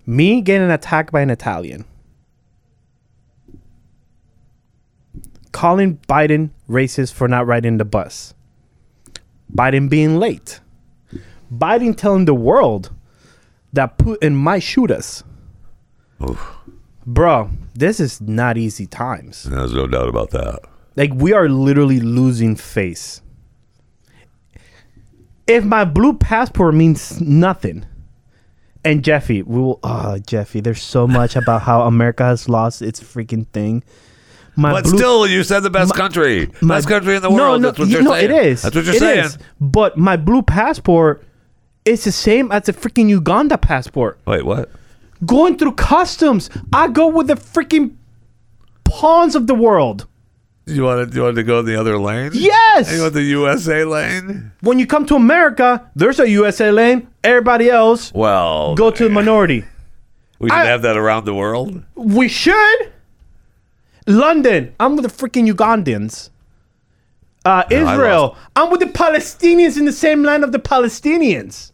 [SPEAKER 4] Me getting attacked by an Italian. Calling Biden racist for not riding the bus. Biden being late. Biden telling the world that Putin might shoot us.
[SPEAKER 3] Oof.
[SPEAKER 4] Bro, this is not easy times.
[SPEAKER 3] There's no doubt about that.
[SPEAKER 4] Like we are literally losing face. If my blue passport means nothing, and Jeffy, we will. Oh, Jeffy, there's so much about how America has lost its freaking thing. My
[SPEAKER 3] But still, you said the best country,
[SPEAKER 4] my-
[SPEAKER 3] best country in the
[SPEAKER 4] No,
[SPEAKER 3] world.
[SPEAKER 4] no,
[SPEAKER 3] That's what
[SPEAKER 4] you-
[SPEAKER 3] you're
[SPEAKER 4] no,
[SPEAKER 3] saying.
[SPEAKER 4] it is.
[SPEAKER 3] That's what you're
[SPEAKER 4] It
[SPEAKER 3] saying.
[SPEAKER 4] is. But my blue passport is the same as the freaking Uganda passport.
[SPEAKER 3] Wait, what?
[SPEAKER 4] Going through customs, I go with the freaking pawns of the world.
[SPEAKER 3] You wanted you wanted to go the other lane?
[SPEAKER 4] Yes!
[SPEAKER 3] You want the USA lane?
[SPEAKER 4] When you come to America, there's a USA lane. Everybody else
[SPEAKER 3] Well,
[SPEAKER 4] go to the minority.
[SPEAKER 3] we should
[SPEAKER 4] I-
[SPEAKER 3] have that around the world.
[SPEAKER 4] We should. London, I'm with the freaking Ugandans. Uh, Israel, I'm with the Palestinians in the same land of the Palestinians.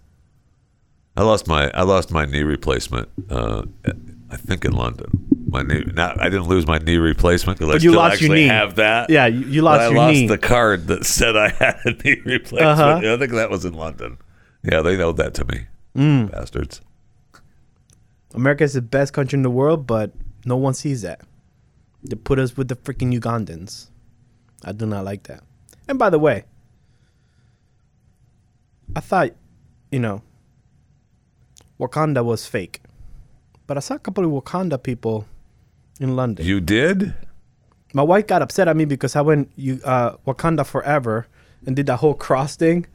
[SPEAKER 3] I lost my I lost my knee replacement. Uh, I think in London. My knee. Not I didn't lose my knee replacement because I
[SPEAKER 4] you
[SPEAKER 3] still
[SPEAKER 4] lost your
[SPEAKER 3] actually
[SPEAKER 4] knee.
[SPEAKER 3] have that.
[SPEAKER 4] Yeah, you- you
[SPEAKER 3] But
[SPEAKER 4] lost
[SPEAKER 3] I
[SPEAKER 4] your
[SPEAKER 3] lost
[SPEAKER 4] knee.
[SPEAKER 3] the card that said I had a knee <laughs> replacement.
[SPEAKER 4] Uh-huh.
[SPEAKER 3] I think that was in London. Yeah, they know that to me.
[SPEAKER 4] Mm.
[SPEAKER 3] Bastards.
[SPEAKER 4] America is the best country in the world, but no one sees that. They put us with the freaking Ugandans. I do not like that. And by the way, I thought, you know, Wakanda was fake. But I saw a couple of Wakanda people in London.
[SPEAKER 3] You did?
[SPEAKER 4] My wife got upset at me because I went you, uh, Wakanda Forever and did that whole cross thing.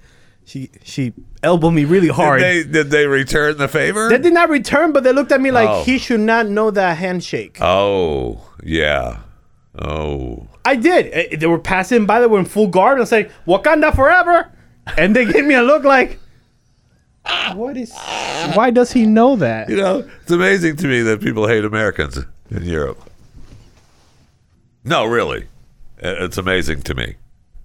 [SPEAKER 4] She she elbowed me really hard. They,
[SPEAKER 3] Did they did they return the favor?
[SPEAKER 4] did not return, but they looked at me like
[SPEAKER 3] Oh.
[SPEAKER 4] he should not know that handshake.
[SPEAKER 3] Oh yeah. Oh.
[SPEAKER 4] I did. Eh, They were passing by. They were in full guard. I was like, "Wakanda forever," and they gave me a look like, "What is? Why does he know that?"
[SPEAKER 3] You know, it's amazing to me that people hate Americans in Europe. No, really. I- It's amazing to me.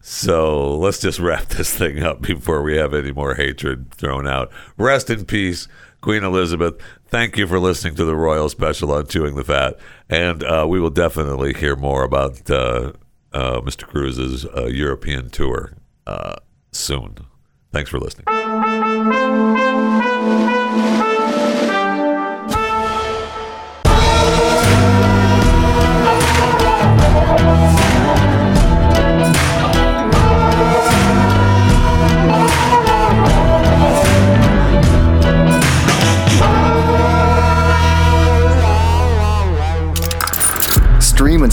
[SPEAKER 3] So let's just wrap <laughs> this thing up before we have any more hatred thrown out. Rest in peace, Queen Elizabeth. Thank you for listening to the Royal Special on Chewing the Fat. And uh, we will definitely hear more about uh, uh, Mr. Cruz's uh, European tour uh, soon. Thanks for listening.
[SPEAKER 2] Stream and